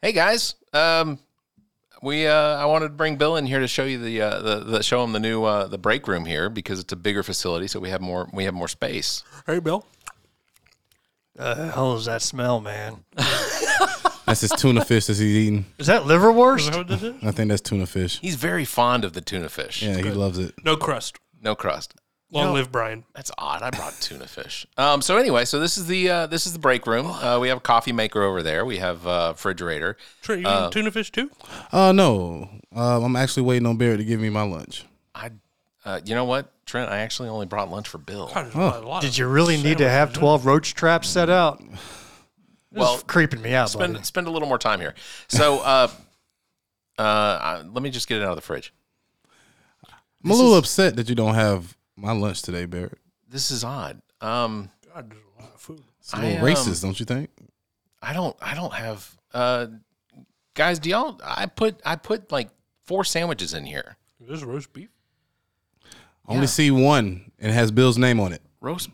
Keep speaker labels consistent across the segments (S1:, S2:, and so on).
S1: Hey guys, um, we uh, I wanted to bring Bill in here to show you the uh, the, the show him the new uh, the break room here because it's a bigger facility, so we have more we have more space.
S2: Hey, Bill.
S3: The hell is Uh, that smell, man?
S4: That's his tuna fish that he's eating.
S3: Is that liverwurst?
S2: What this is?
S4: I think that's tuna fish.
S1: He's very fond of the tuna fish.
S4: Yeah, he loves it.
S2: No crust.
S1: No crust.
S2: Long live Brian.
S1: That's odd. I brought tuna fish. Um, so anyway, so this is the uh, this is the break room. Uh, we have a coffee maker over there. We have uh, refrigerator.
S2: Trey, you eating tuna fish too?
S4: Uh, no, uh, I'm actually waiting on Barrett to give me my lunch.
S1: I, uh, you know what, Trent? I actually only brought lunch for Bill.
S2: God, there's probably a lot
S3: oh, Did
S2: of
S3: you really need to have 12 roach traps set out? This is
S1: Well,
S3: creeping me out, buddy.
S1: spend spend a little more time here. So, uh, uh, uh, let me just get it out of the fridge.
S4: I'm a little upset that you don't have my lunch today, Barrett.
S1: This is odd. Um,
S2: God, there's a lot of food.
S4: It's a little
S1: I, um,
S4: racist, don't you think?
S1: I don't I don't have uh, guys. Do y'all? I put I put like four sandwiches in here.
S2: There's roast beef.
S4: I only see one and it has Bill's name on it.
S1: Roast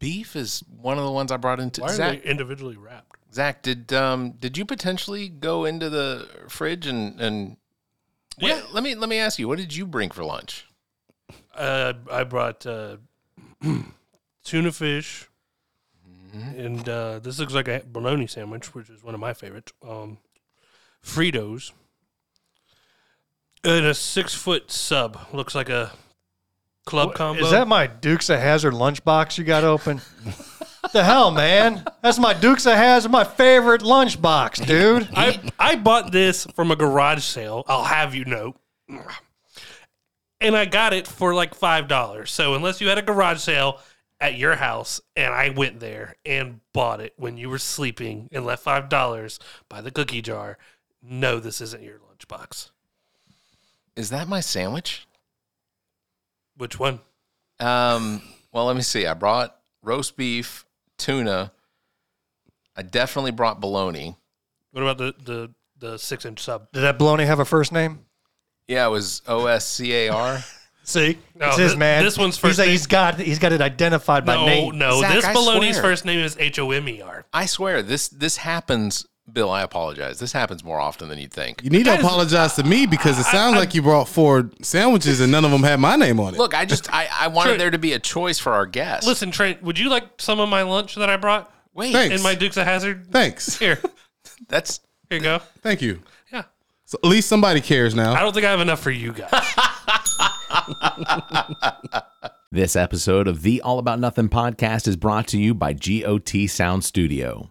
S1: beef is one of the ones I brought into.
S2: Why are
S1: Zach,
S2: they individually wrapped?
S1: Zach, did um did you potentially go into the fridge and and What-
S2: Yeah.
S1: let me let me ask you, what did you bring for lunch?
S2: Uh, I brought uh, tuna fish,
S3: Mm-hmm.
S2: and uh, this looks like a bologna sandwich, which is one of my favorites. Um, Fritos, and a six foot sub. Looks like a club combo.
S3: Is that my Dukes of Hazard lunchbox you got open? the hell, man? That's my Dukes of Hazard, my favorite lunchbox, dude.
S2: I, I bought this from a garage sale. I'll have you know. And I got it for like $5. So unless you had a garage sale at your house and I went there and bought it when you were sleeping and left $5 by the cookie jar, no, this isn't your lunchbox.
S1: Is that my sandwich?
S2: Which one?
S1: Um well let me see. I brought roast beef, tuna. I definitely brought bologna.
S2: What about the, the, the six inch sub?
S3: Did that baloney have a first name?
S1: Yeah, it was O S C A R.
S3: See,
S2: No,
S3: it's his
S2: thi-
S3: man.
S2: this one's
S3: He's
S2: first
S3: like-
S2: name-
S3: He's got he's got it identified by
S2: No,
S3: name.
S2: no.
S1: Zach,
S2: this
S1: I
S2: baloney's
S1: swear.
S2: first name is H O M E R.
S1: I swear this this happens Bill, I apologize. This happens more often than you'd think.
S4: You need to apologize to me because it sounds like you brought four sandwiches and none of them had my name on it.
S1: Look, I just I, I wanted
S2: Trent-
S1: there to be a choice for our guest.
S2: Listen, Trent, would you like some of my lunch that I brought
S1: wait,
S4: thanks.
S2: in my Dukes of Hazard?
S4: Thanks.
S2: Here,
S1: that's
S2: here you go.
S4: Thank you.
S2: Yeah.
S4: So at least somebody cares
S2: I
S4: now.
S2: don't think I have enough for you guys.
S5: This episode of the All About Nothing podcast is brought to you by GOT Sound Studio.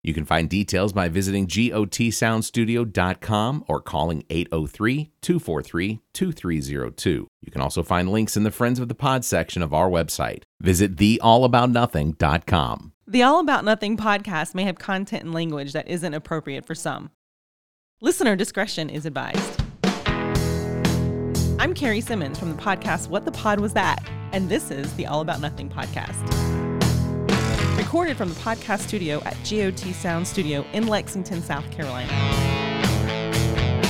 S5: You can find details by visiting gotsoundstudio.com or calling 803 243 2302. You can also find links in the Friends of the Pod section of our website. Visit theallaboutnothing.com.
S6: The All About Nothing podcast may have content and language that isn't appropriate for some. Listener discretion is advised. I'm Carrie Simmons from the podcast What the Pod Was That, and this is the All About Nothing podcast. Recorded from the podcast studio at GOT Sound Studio in Lexington, South Carolina.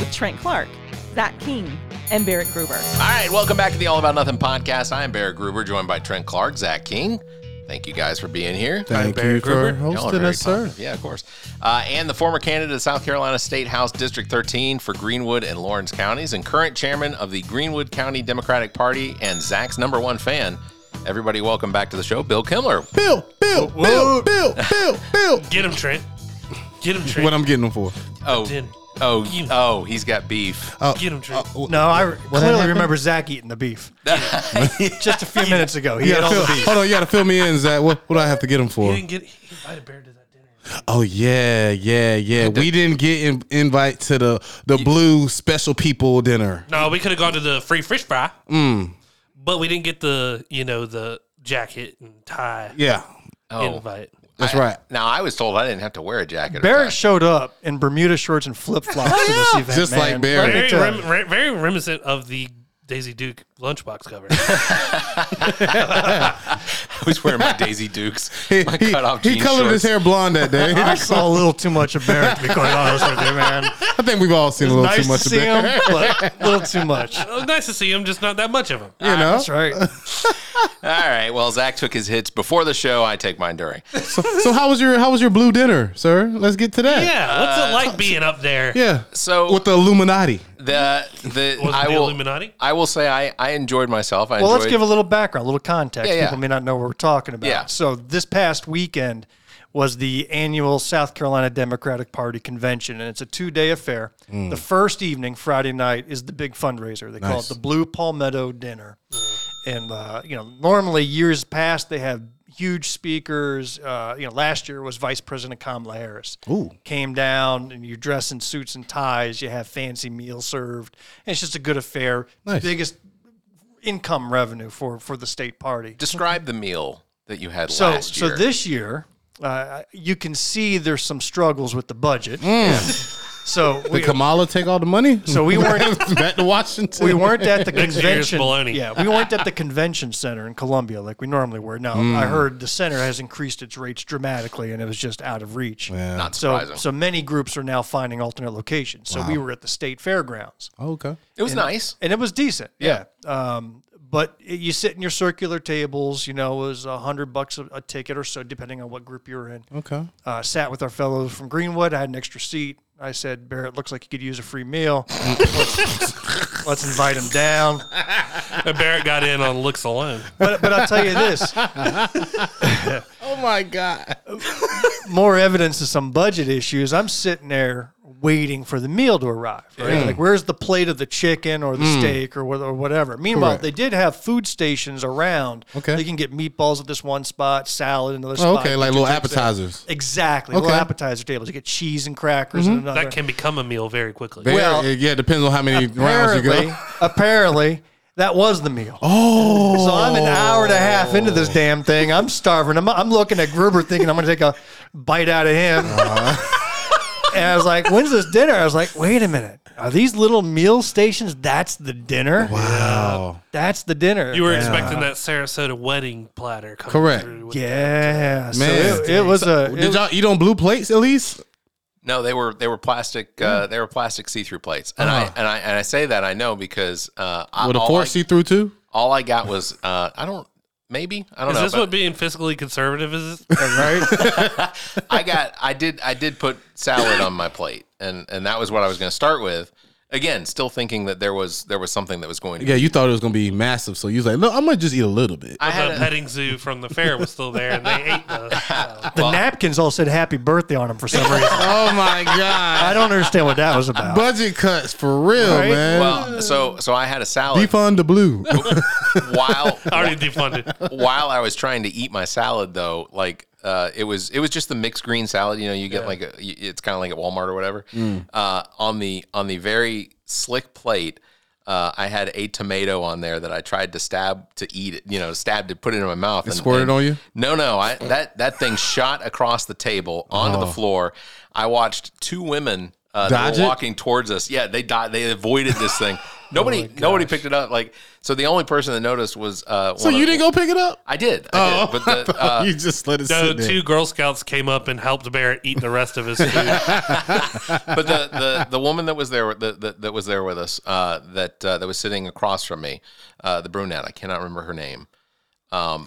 S6: With Trent Clark, Zach King, and Barrett Gruber.
S1: All right, welcome back to the All About Nothing podcast. I am Barry Gruber, joined by Trent Clark, Zach King. Thank you guys for being here.
S4: Thank
S2: Barry
S4: you
S2: Gruber.
S4: for
S1: Y'all are
S4: hosting
S1: very
S4: us, sir.
S1: positive. Yeah, of course. Uh, and the former candidate of South Carolina State House District 13 for Greenwood and Lawrence counties, and current chairman of the Greenwood County Democratic Party, and Zach's number one fan. Everybody, welcome back to the show, Bill Kimmler.
S4: Bill, Bill, Bill, Bill, Bill, Bill.
S2: Get him, Trent. Get him, Trent.
S4: What I'm getting them for?
S1: Oh,
S2: Did-
S1: oh, oh, he's got beef.
S2: Get him,
S4: Uh,
S2: Trent.
S3: No, I clearly
S4: happened?
S3: remember Zach eating the beef just a few minutes ago. He
S4: You
S3: ate
S4: gotta
S3: all
S4: fill,
S3: the beef.
S4: hold on, you gotta fill me in, Zach. What, what do I have to get them
S2: he
S4: for?
S2: didn't get. He invited Bear to that dinner.
S4: Oh yeah, yeah, yeah. We didn't get in, invite to the the blue special people dinner.
S2: No, we could have gone to the free fish fry. Mm. But we didn't get the you know the jacket and tie
S4: Yeah,
S1: Oh,
S2: invite.
S4: that's right.
S1: now I was told I didn't have to wear a jacket. or
S3: Barrett
S1: tie.
S3: showed up in Bermuda shorts and flip flops to this event.
S4: Just
S3: man.
S4: like Barrett.
S3: Let me
S2: Very
S3: tell
S2: rem-
S3: you.
S2: re- very reminiscent of the Daisy Duke lunchbox cover.
S1: I was wearing my Daisy Dukes,
S4: He,
S1: my
S4: he-
S1: cutoff
S4: he
S1: jean
S4: colored
S1: shorts.
S4: his hair blonde that day.
S3: I saw a little too much of Barrett, to be quite honest with you, man.
S4: I think we've all seen a little
S3: Nice
S4: too much
S3: to
S4: of
S3: see
S4: that.
S3: him, but a little too much.
S2: It was Oh, nice to see him, just not that much of him.
S4: You know,
S3: Ah, That's right.
S1: All right. Well, Zach took his hits before the show. I take mine during.
S4: so, so how was your how was your blue dinner, sir? Let's get to that.
S2: Yeah, what's it like being up there?
S4: uh, yeah.
S1: So-
S4: with the Illuminati,
S1: The the
S2: Was it
S1: I
S2: the
S1: will
S2: Illuminati?
S1: I will say I I enjoyed myself. I
S3: Well, let's
S1: enjoyed-
S3: give a little background, a little context.
S1: Yeah, yeah.
S3: People may not know what we're talking about.
S1: Yeah.
S3: So, this past weekend was the annual South Carolina Democratic Party convention, and it's a two day affair.
S1: Mm.
S3: The first evening, Friday night, is the big fundraiser. They call it the Blue Palmetto Dinner. And, uh, you know, normally years past, they have huge speakers. Uh, you know, last year was Vice President Kamala Harris. Ooh. Came down, and you dress in suits and ties, you have fancy meals served, and it's just a good affair. Biggest income revenue for for the state party.
S1: describe the meal that you had
S3: So
S1: last year.
S3: so this year, uh, you can see there's some struggles with the budget. So
S4: did
S3: we,
S4: Kamala take all the money?
S3: so we weren't
S4: back to Washington.
S3: we weren't at the
S2: Next year's
S3: convention.
S2: baloney.
S3: Yeah, we weren't at the convention center in Columbia like we normally were. Now I heard the center has increased its rates dramatically, and it was just out of reach.
S1: Not
S3: So,
S1: surprising.
S3: so many groups are now finding alternate locations. So we were at the state fairgrounds.
S4: Oh, okay.
S1: it was nice.
S3: and it was decent. Yeah. Um, but it- you sit in your circular tables. You know, it was a hundred bucks a, a ticket or so, depending on what group you were in.
S4: Okay.
S3: Uh, sat with our fellows from Greenwood. I had an extra seat. I said, Barrett, looks like you could use a free meal. let's, let's invite him down.
S2: And Barrett got in on looks alone.
S3: But but I'll tell you this:
S4: Oh my God.
S3: more evidence of some budget issues. I'm sitting there waiting for the meal to arrive. Right?
S4: Mm.
S3: Like, where's the plate of the chicken or the steak or, wha- or whatever? Meanwhile, they did have food stations around.
S4: Okay.
S3: They can get meatballs at this one spot, salad in another
S4: Oh,
S3: spot.
S4: okay, like little appetizers.
S3: Exactly. Little
S4: Okay. Mm-hmm.
S3: appetizer tables. You get cheese and crackers and another.
S2: That can become a meal very quickly.
S4: There-
S3: Well,
S4: yeah, it depends on how many rounds you
S3: apparently,
S4: go.
S3: apparently, that was the meal. Oh. So I'm an hour and a half into this damn thing. I'm starving. I'm, I'm looking at Gruber thinking I'm going to take a bite out of him.
S4: Uh-huh.
S3: And I was like, when's this dinner? I was like, wait a minute. Are these little meal stations? That's the dinner?
S4: Wow.
S3: That's the dinner.
S2: You were expecting that Sarasota wedding platter. Coming
S4: Correct.
S2: Through with-
S3: yeah. uh, So
S4: Man.
S3: it, it was a.
S4: Did y'all eat on blue plates at least?
S1: No, they were they were plastic uh, they were plastic see through plates, and I and I and I say that I know because uh, I,
S4: With a
S1: all, I,
S4: fork see through too?
S1: all I got was uh, I don't maybe I don't
S2: Is
S1: know.
S2: this
S1: but-
S2: what being fiscally conservative is?
S3: right?
S1: I got I did I did put salad on my plate and and that was what I was going to start with. Again, still thinking that there was there was something that was going to
S4: Yeah, you thought it was gonna be massive, so you was like, "Look, I'm gonna just eat a little bit."
S1: I had
S2: The
S1: a,
S2: petting zoo from the fair was still there, and they ate the. uh,
S3: the napkins all said happy birthday on them for some reason.
S4: oh my god!
S3: I don't understand what that was about.
S4: Budget cuts for real,
S3: Right?
S4: man.
S1: well, so so I had a salad
S4: Defund the blue.
S1: while
S2: already defunded.
S1: while I was trying to eat my salad though, like uh, it was it was just the mixed green salad. You know, you get like a, y- it's kind of like at Walmart or whatever.
S4: Mm.
S1: Uh, on the on the very slick plate, uh, I had a tomato on there that I tried to stab to eat it. You know, stabbed to put it in my mouth. and
S4: squirted on you?
S1: No, no. I that that thing shot across the table onto the floor. I watched two women. Uh, that
S4: Oh. Dodge
S1: were
S4: it?
S1: walking towards us. Yeah, they died. They avoided this thing.
S4: Oh
S1: Nobody, nobody picked it up. Like, so the only person that noticed was uh,
S4: so you didn't go pick it up?
S1: I did. I
S4: Oh.
S1: did. But the, uh,
S4: you just let it
S2: No,
S4: sit there.
S2: two Girl Scouts came up and helped Barrett eat the rest of his food.
S1: but the, the the woman that was there the, the, that was there with us uh, that uh, that was sitting across from me, uh, the brunette. I cannot remember her name.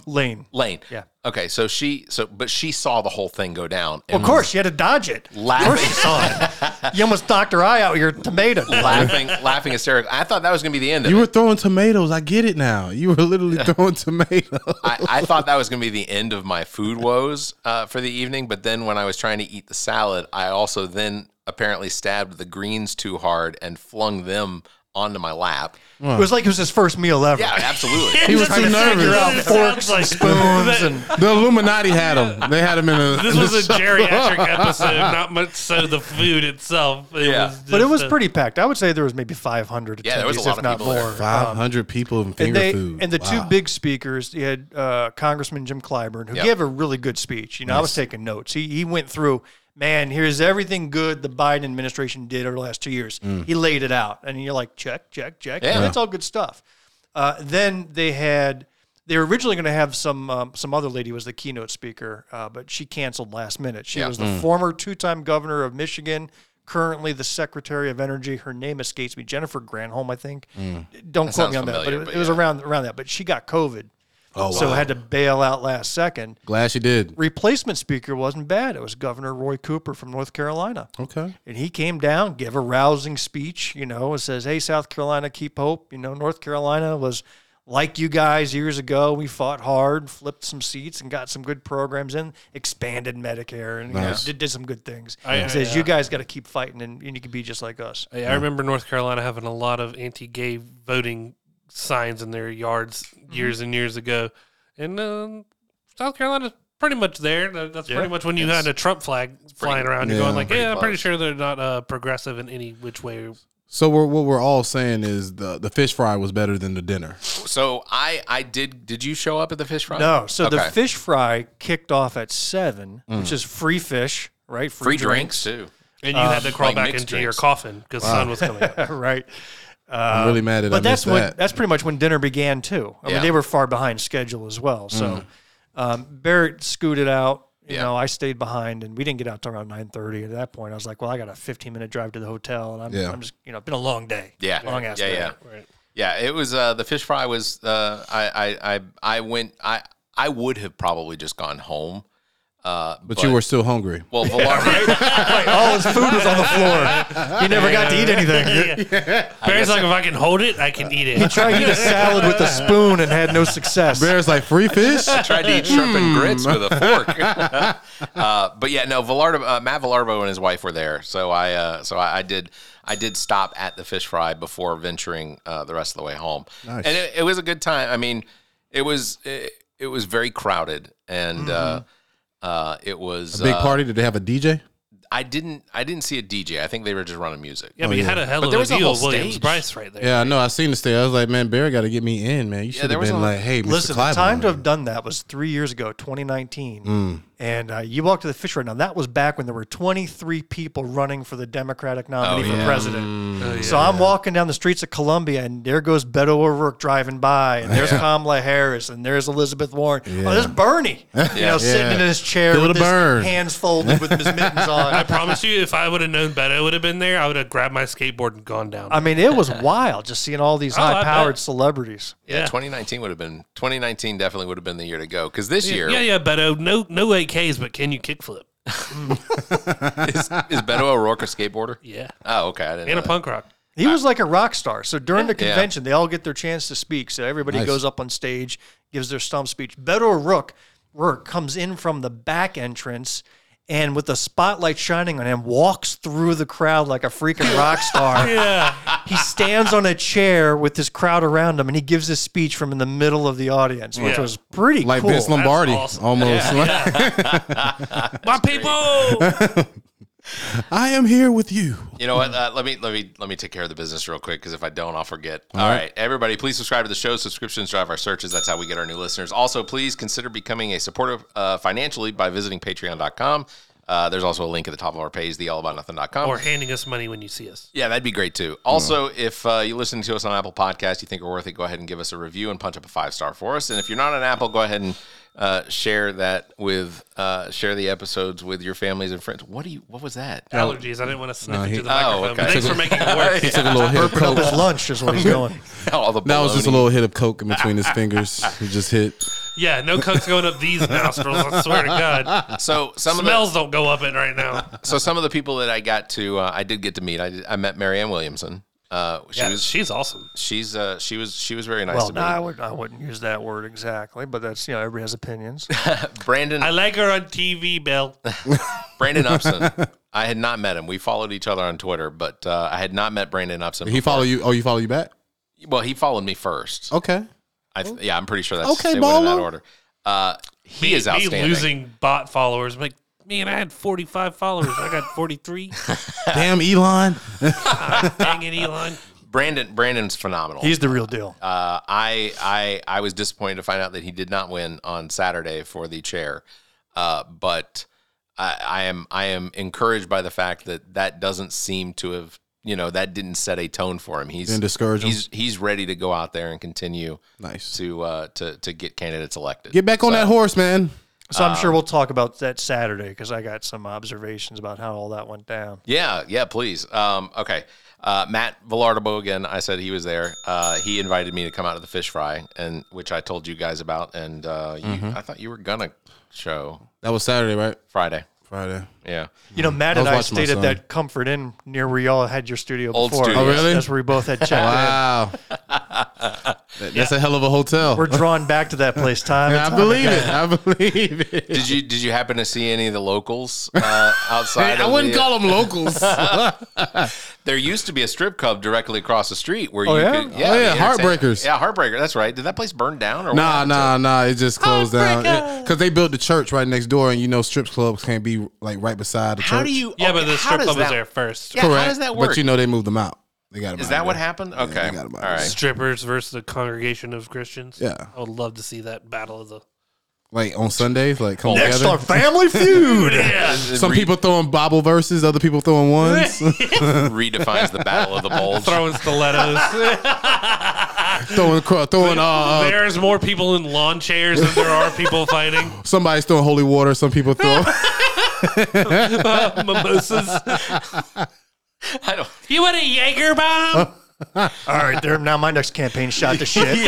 S3: Lane.
S1: Lane.
S3: Yeah.
S1: Okay. So she so but she saw the whole thing go down. And
S3: Of course, you had to dodge it.
S1: was Laughing,
S3: You almost knocked her eye out with your tomato.
S1: laughing, laughing hysterically. I thought that was going to be the end of
S4: You
S1: it.
S4: were throwing tomatoes. I get it now. You were literally throwing tomatoes.
S1: I, I thought that was going to be the end of my food woes uh, for the evening. But then when I was trying to eat the salad, I also then apparently stabbed the greens too hard and flung them onto my lap.
S3: It was like it was his first meal ever.
S1: Yeah, absolutely.
S4: He was too nervous.
S3: out forks and
S2: spoons.
S3: And
S4: The Illuminati had him. They had him in a.
S2: this was a geriatric episode, not much so the food itself. It
S1: Yeah.
S2: was
S3: But it
S2: just
S3: was
S2: a-
S3: pretty packed. I would say there was maybe 500 attendees,
S1: Yeah, there was a lot
S3: if
S1: of
S3: not
S1: people there.
S3: more.
S4: Five hundred people in finger
S3: And, they,
S4: food.
S3: and the
S4: Wow.
S3: two big speakers, you had uh, Congressman Jim Clyburn, who
S1: Yep.
S3: gave a really good speech. You know, I was taking notes. He, he went through man, here's everything good the Biden administration did over the last two years.
S4: Mm.
S3: He laid it out, and you're like, check, check, check.
S1: Yeah.
S3: And that's all good stuff. Uh, then they had they were originally going to have some um, some other lady was the keynote speaker, uh, but she canceled last minute. She
S1: Yeah.
S3: was the
S4: Mm.
S3: former two time governor of Michigan. Currently, the Secretary of Energy, her name escapes me, Jennifer Granholm, I think.
S4: Mm.
S3: Don't quote
S1: sounds
S3: me on that, but
S1: familiar,
S3: it,
S1: but
S3: it was
S1: yeah.
S3: around around that. But she got COVID,
S4: Oh,
S3: so
S4: wow.
S3: had to bail out last second
S4: Glad she did.
S3: replacement speaker wasn't bad. It was Governor Roy Cooper from North Carolina.
S1: Oh.
S4: Okay.
S3: And he came down, gave a rousing speech, you know, and says, Hey, South Carolina, keep hope. You know, North Carolina was like you guys years ago. We fought hard, flipped some seats, and got some good programs in, expanded Medicare, and you know,
S4: Nice.
S3: did, did some good things.
S2: Oh, yeah,
S3: he says,
S2: yeah.
S3: You guys got to keep fighting, and, and you can be just like us.
S2: Yeah, I remember North Carolina having a lot of anti-gay voting signs in their yards years and years ago, and um, South Carolina's pretty much there. That- That's pretty much when you had a Trump flag flying around. You're
S4: yeah.
S2: going like,
S1: Pretty
S2: yeah, I'm pretty
S1: close.
S2: sure they're not uh, progressive in any which way.
S4: So we're, what we're all saying is the the fish fry was better than the dinner.
S1: So I I did. Did you show up at the fish fry?
S3: No, so
S1: Okay. Mm.
S3: the fish fry kicked off at seven, which is free fish, right?
S1: free drinks too.
S2: And you had to crawl
S1: like
S2: back into
S1: mixed
S2: your
S1: drinks.
S2: coffin because sun was coming up.
S3: right.
S4: I'm really mad that I
S3: Uh, but
S4: missed
S3: that's when
S4: that.
S3: that's pretty much when dinner began too.
S1: Yeah.
S3: I
S1: Mm.
S3: mean, they were far behind schedule as well. So um, Barrett scooted out. You
S1: Yeah.
S3: know, I stayed behind, and we didn't get out till around nine thirty. At that point, I was like, "Well, I got a fifteen minute drive to the hotel, and I'm,
S4: Yeah.
S3: I'm just you know, it's been a long day.
S1: Yeah,
S3: long ass
S1: yeah,
S3: day.
S1: yeah,
S2: Right.
S1: yeah. It was uh, the fish fry was. Uh, I, I I I went. I I would have probably just gone home. Uh,
S4: but, you were still hungry.
S1: well. Valar-
S3: All his food was on the floor. He never got to eat anything.
S2: Barry's like, if I can hold it, I can eat it.
S3: Tried to eat a salad with a spoon and had no success.
S4: Bear's like free fish.
S3: Uh,
S1: tried to eat shrimp and grits with a fork.
S4: Hmm.
S1: uh, but yeah, no, Villardo, uh, Matt Villardo and his wife were there, so I uh, so I, I did I did stop at the fish fry before venturing uh, the rest of the way home,
S4: Nice.
S1: and it, it was a good time. I mean, it was it, it was very crowded, and uh, uh, it was
S4: Big
S1: uh,
S4: party. Did they have Mm-hmm. a DJ?
S1: I didn't I didn't see a DJ. I think they were just running music.
S2: Yeah, but you had a hell
S1: Oh, But
S2: of
S1: there
S2: a
S1: was a
S2: deal,
S1: whole
S2: with Williams
S1: stage.
S2: Bryce, right there.
S4: Yeah, I know. I seen the stage. I was like, man, Bear got to get me in, man. You should
S1: there
S4: have
S1: was
S4: been
S1: a-
S4: like, hey, Mr.
S3: Listen, the
S4: Clive,
S3: time to
S4: man.
S3: have done that was three years ago, 2019.
S4: Mm.
S3: And uh, you walked to the fish right now. That was back when there were 23 people running for the Democratic nominee
S4: Oh,
S3: for president.
S4: Mm.
S2: Oh,
S3: So I'm walking down the streets of Columbia, and there goes Beto O'Rourke driving by, and there's Kamala Harris, and there's Elizabeth Warren. Oh, there's Bernie, you know, sitting in his chair
S4: Feel
S3: with
S4: the
S3: his
S4: burn.
S3: hands folded with his mittens
S2: I
S3: on.
S2: promise you, if I would have known Beto would have been there, I would have grabbed my skateboard and gone down.
S3: I mean, it was wild just seeing all these
S2: Oh, I bet.
S3: high-powered celebrities.
S1: Yeah, 2019 would have been 2019 definitely would have been the year to go because this year
S2: Yeah, yeah, Beto. No, no AKs, but can you kickflip?
S1: is, is Beto O'Rourke a skateboarder?
S2: Yeah,
S1: Oh, okay, I didn't.
S2: and
S1: know
S2: a
S1: that.
S2: punk rock.
S3: He was like a rock star. So during the
S1: Yeah.
S3: convention, they all get their chance to speak. So everybody goes up on stage, gives their stump speech. Beto Rook, Rourke comes in from the back entrance and with the spotlight shining on him, walks through the crowd like a freaking rock star.
S2: Yeah,
S3: He stands on a chair with this crowd around him and he gives his speech from in the middle of the audience, which
S2: Yeah.
S3: was pretty
S4: like
S3: cool.
S4: Vince Lombardi,
S2: awesome.
S4: almost.
S2: my people.
S4: I am here with you.
S1: You know what? Uh,
S4: Mm-hmm.
S1: let me let me let me take care of the business real quick because if I don't, I'll forget. All
S4: right.
S1: right. everybody, please subscribe to the show. Subscriptions drive our searches. That's how we get our new listeners. Also, please consider becoming a supporter uh, financially by visiting Patreon.com. Uh, there's also a link at the top of our page, theallaboutnothing.com.
S2: or handing us money when you see us.
S1: yeah, that'd be great too. Also,
S4: Mm.
S1: if uh, you listen to us on Apple Podcast, you think we're worth it, go ahead and give us a review and punch up a five star for us. And if you're not on Apple, go ahead and uh, share that with uh, share the episodes with your families and friends. What do you? What was that?
S2: Allergies. I didn't want to sniff
S4: No,
S2: into
S4: he-
S2: the
S1: Oh,
S2: microphone.
S1: okay.
S2: but Thanks for making it work.
S4: He took a little hit of
S3: Burping up
S4: coke.
S3: his lunch is what he's doing.
S1: All the
S4: That was just a
S1: baloney.
S4: little hit of coke in between his fingers. He just hit.
S2: Yeah, no coke's going up these nostrils. I swear to God,
S1: So some of the,
S2: smells don't go up it right now.
S1: so some of the people that I got to, uh, I did get to meet. I, did- I met Marianne Williamson. Uh, she
S2: Yeah,
S1: was
S2: she's awesome.
S1: she's uh, she was she was very nice
S3: Well,
S1: to
S3: no,
S1: me.
S3: I, would, I wouldn't use that word exactly, but that's, you know, everybody has opinions.
S1: Brandon
S2: I like her on TV, Bill.
S1: Brandon Upson. I had not met him. We followed each other on Twitter, but uh, I had not met Brandon Upson.
S4: He follow you? Oh, you follow you back?
S1: Well, he followed me first.
S4: Okay.
S1: I th- yeah, I'm pretty sure that's
S4: Okay,
S1: they went in that
S4: baller.
S1: order. Uh, he
S2: Me-
S1: is
S2: me
S1: outstanding.
S2: losing bot followers. I'm like, man, I had 45 followers. I got 43.
S4: Damn, Elon.
S2: Dang it, Elon.
S1: Brandon Brandon's phenomenal.
S3: He's the real deal.
S1: Uh, I I I was disappointed to find out that he did not win on Saturday for the chair, uh, but I, I am I am encouraged by the fact that that doesn't seem to have you know that didn't set a tone for him. He's
S4: Didn't discourage him?
S1: he's he's ready to go out there and continue
S4: Nice.
S1: to uh, to to get candidates elected.
S4: Get back on
S1: So,
S4: that horse, man.
S3: So I'm sure
S4: Um,
S3: we'll talk about that Saturday because I got some observations about how all that went down.
S1: Yeah, yeah, please. Um, okay. Uh, Matt Villardo again. I said he was there. Uh, he invited me to come out to the fish fry, and which I told you guys about. And uh, you,
S4: Mm-hmm.
S1: I thought you were gonna show
S4: That was Saturday, right?
S1: Friday.
S4: Friday.
S1: Yeah.
S3: You know, Matt
S4: I
S3: and
S4: was
S3: I
S4: watching my
S3: stayed at
S4: son.
S3: that Comfort Inn near where y'all had your studio
S1: Old
S3: before.
S1: studio.
S4: Oh, really?
S3: That's where we both had checked in.
S4: Wow. That- That's a hell of a hotel.
S3: We're drawn back to that place time. and
S4: I
S3: time
S4: believe it. I believe it.
S1: Did you did you happen to see any of the locals uh, outside?
S4: I
S1: of
S4: wouldn't
S1: the-
S4: call them locals. oh,
S1: There used to be a strip club directly across the street where
S3: Oh,
S1: you
S3: yeah?
S1: could.
S4: Oh, yeah,
S1: the entertainment-
S4: Heartbreakers.
S1: Yeah, Heartbreaker. That's right. Did that place burn down or what
S4: Nah,
S1: happened to
S4: nah,
S1: it?
S4: nah. It just
S1: Oh,
S4: closed down because they built the church right next door, and you know, strip clubs can't be like right beside the church.
S1: How do you?
S2: Yeah, but
S1: okay,
S2: the
S1: how
S2: strip
S1: does
S2: club was
S1: that-
S2: there first.
S1: Yeah, how does that work?
S4: But you know, they moved them out. They got 'em
S1: Is
S4: out
S1: that
S4: of
S1: what
S4: there.
S1: happened?
S4: Yeah, they
S1: Okay.
S4: got 'em out
S1: All
S4: of there.
S1: right.
S2: Strippers versus the congregation of Christians.
S4: Yeah.
S2: I would love to see that battle of the.
S4: Like on Sundays, like come
S3: Next
S4: together.
S3: on Family Feud.
S4: Some people throwing Bible verses, other people throwing ones.
S1: redefines the battle of the bulge.
S2: Throwing stilettos.
S4: throwing, cro- throwing. Uh, uh,
S2: There's more people in lawn chairs than there are people fighting.
S4: somebody's throwing holy water. Some people throw.
S2: Mimosas.
S1: I don't.
S2: You want a Jaeger
S4: Uh,
S2: bomb?
S3: All right, there. Now my next campaign shot to shit. Thanks,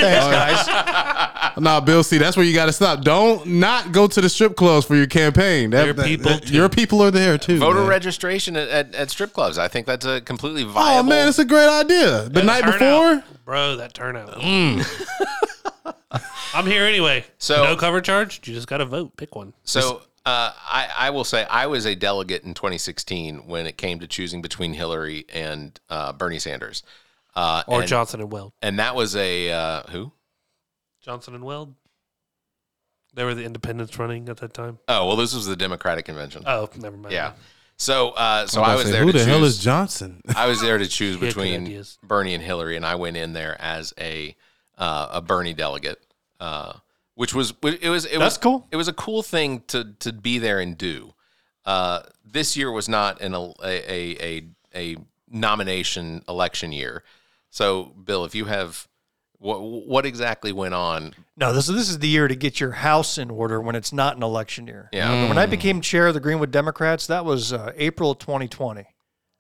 S3: guys.
S4: Nah, Bill C, that's where you got to stop. Don't not go to the strip clubs for your campaign. That-
S2: Your
S4: that-
S2: people
S4: that-
S2: too.
S4: your people are there too.
S1: Voter
S4: man.
S1: registration at, at, at strip clubs. I think that's a completely
S4: Oh
S1: viable.
S4: man, it's a great idea. The night
S2: Turnout.
S4: before, Mm.
S2: Bro, that turnout. I'm here anyway.
S1: So-
S2: So no cover charge. You just got to vote. Pick one.
S1: so uh, I, I will say I was a delegate in 2016 when it came to choosing between Hillary and uh, Bernie Sanders. Uh,
S2: Or
S1: and,
S2: Johnson and Weld.
S1: And that was a uh, who?
S2: Johnson and Weld. They were the independents running at that time.
S1: Oh well, this was the Democratic convention.
S2: Oh, never mind.
S1: yeah. So uh, so
S4: Uh,
S1: I
S4: I'm about to
S1: was
S4: say,
S1: there.
S4: Who
S1: to
S4: the hell
S1: choose-
S4: is Johnson?
S1: I was there to choose
S2: good
S1: between
S2: ideas.
S1: Bernie and Hillary, and I went in there as a uh, a Bernie delegate, uh, which was it was it was
S3: That's cool.
S1: It was a cool thing to to be there and do. Uh, this year was not an el- a, a a a nomination election year, so Bill, if you have what what exactly went on?
S3: No, this is this is the year to get your house in order when it's not an election year.
S1: Yeah,
S3: When I became chair of the Greenwood Democrats, that was uh, April of 2020.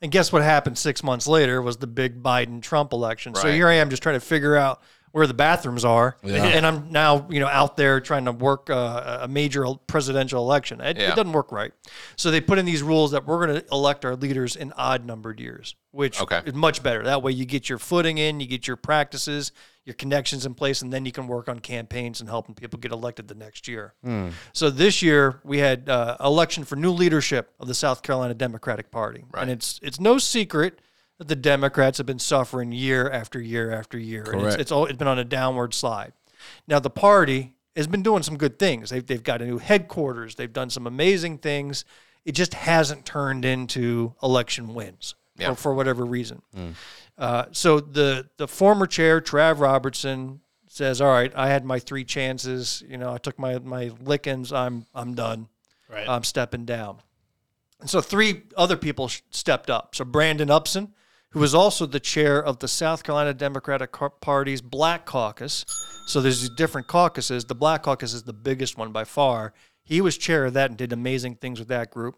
S3: And guess what happened six months later was the big Biden Trump election. So
S1: Right.
S3: here I am just trying to figure out where the bathrooms are. And I'm now, you know, out there trying to work uh, a major presidential election. It,
S1: Yeah.
S3: it doesn't work right. So they put in these rules that we're going to elect our leaders in odd numbered years, which
S1: Okay.
S3: is much better. That way you get your footing in, you get your practices, your connections in place, and then you can work on campaigns and helping people get elected the next year. So this year we had uh, election for new leadership of the South Carolina Democratic Party, and it's it's no secret that the Democrats have been suffering year after year after year, and it's
S4: Correct.
S3: it's, all, it's been on a downward slide. Now the party has been doing some good things. They've they've got a new headquarters. They've done some amazing things. It just hasn't turned into election wins for, for whatever reason. Uh, so the the former chair Trav Robertson says, "All right, I had my three chances. You know, I took my my lickings. I'm I'm done.
S2: Right.
S3: I'm stepping down." And so three other people sh- stepped up. So Brandon Upson, who was also the chair of the South Carolina Democratic Car- Party's Black Caucus. So there's these different caucuses. The Black Caucus is the biggest one by far. He was chair of that and did amazing things with that group.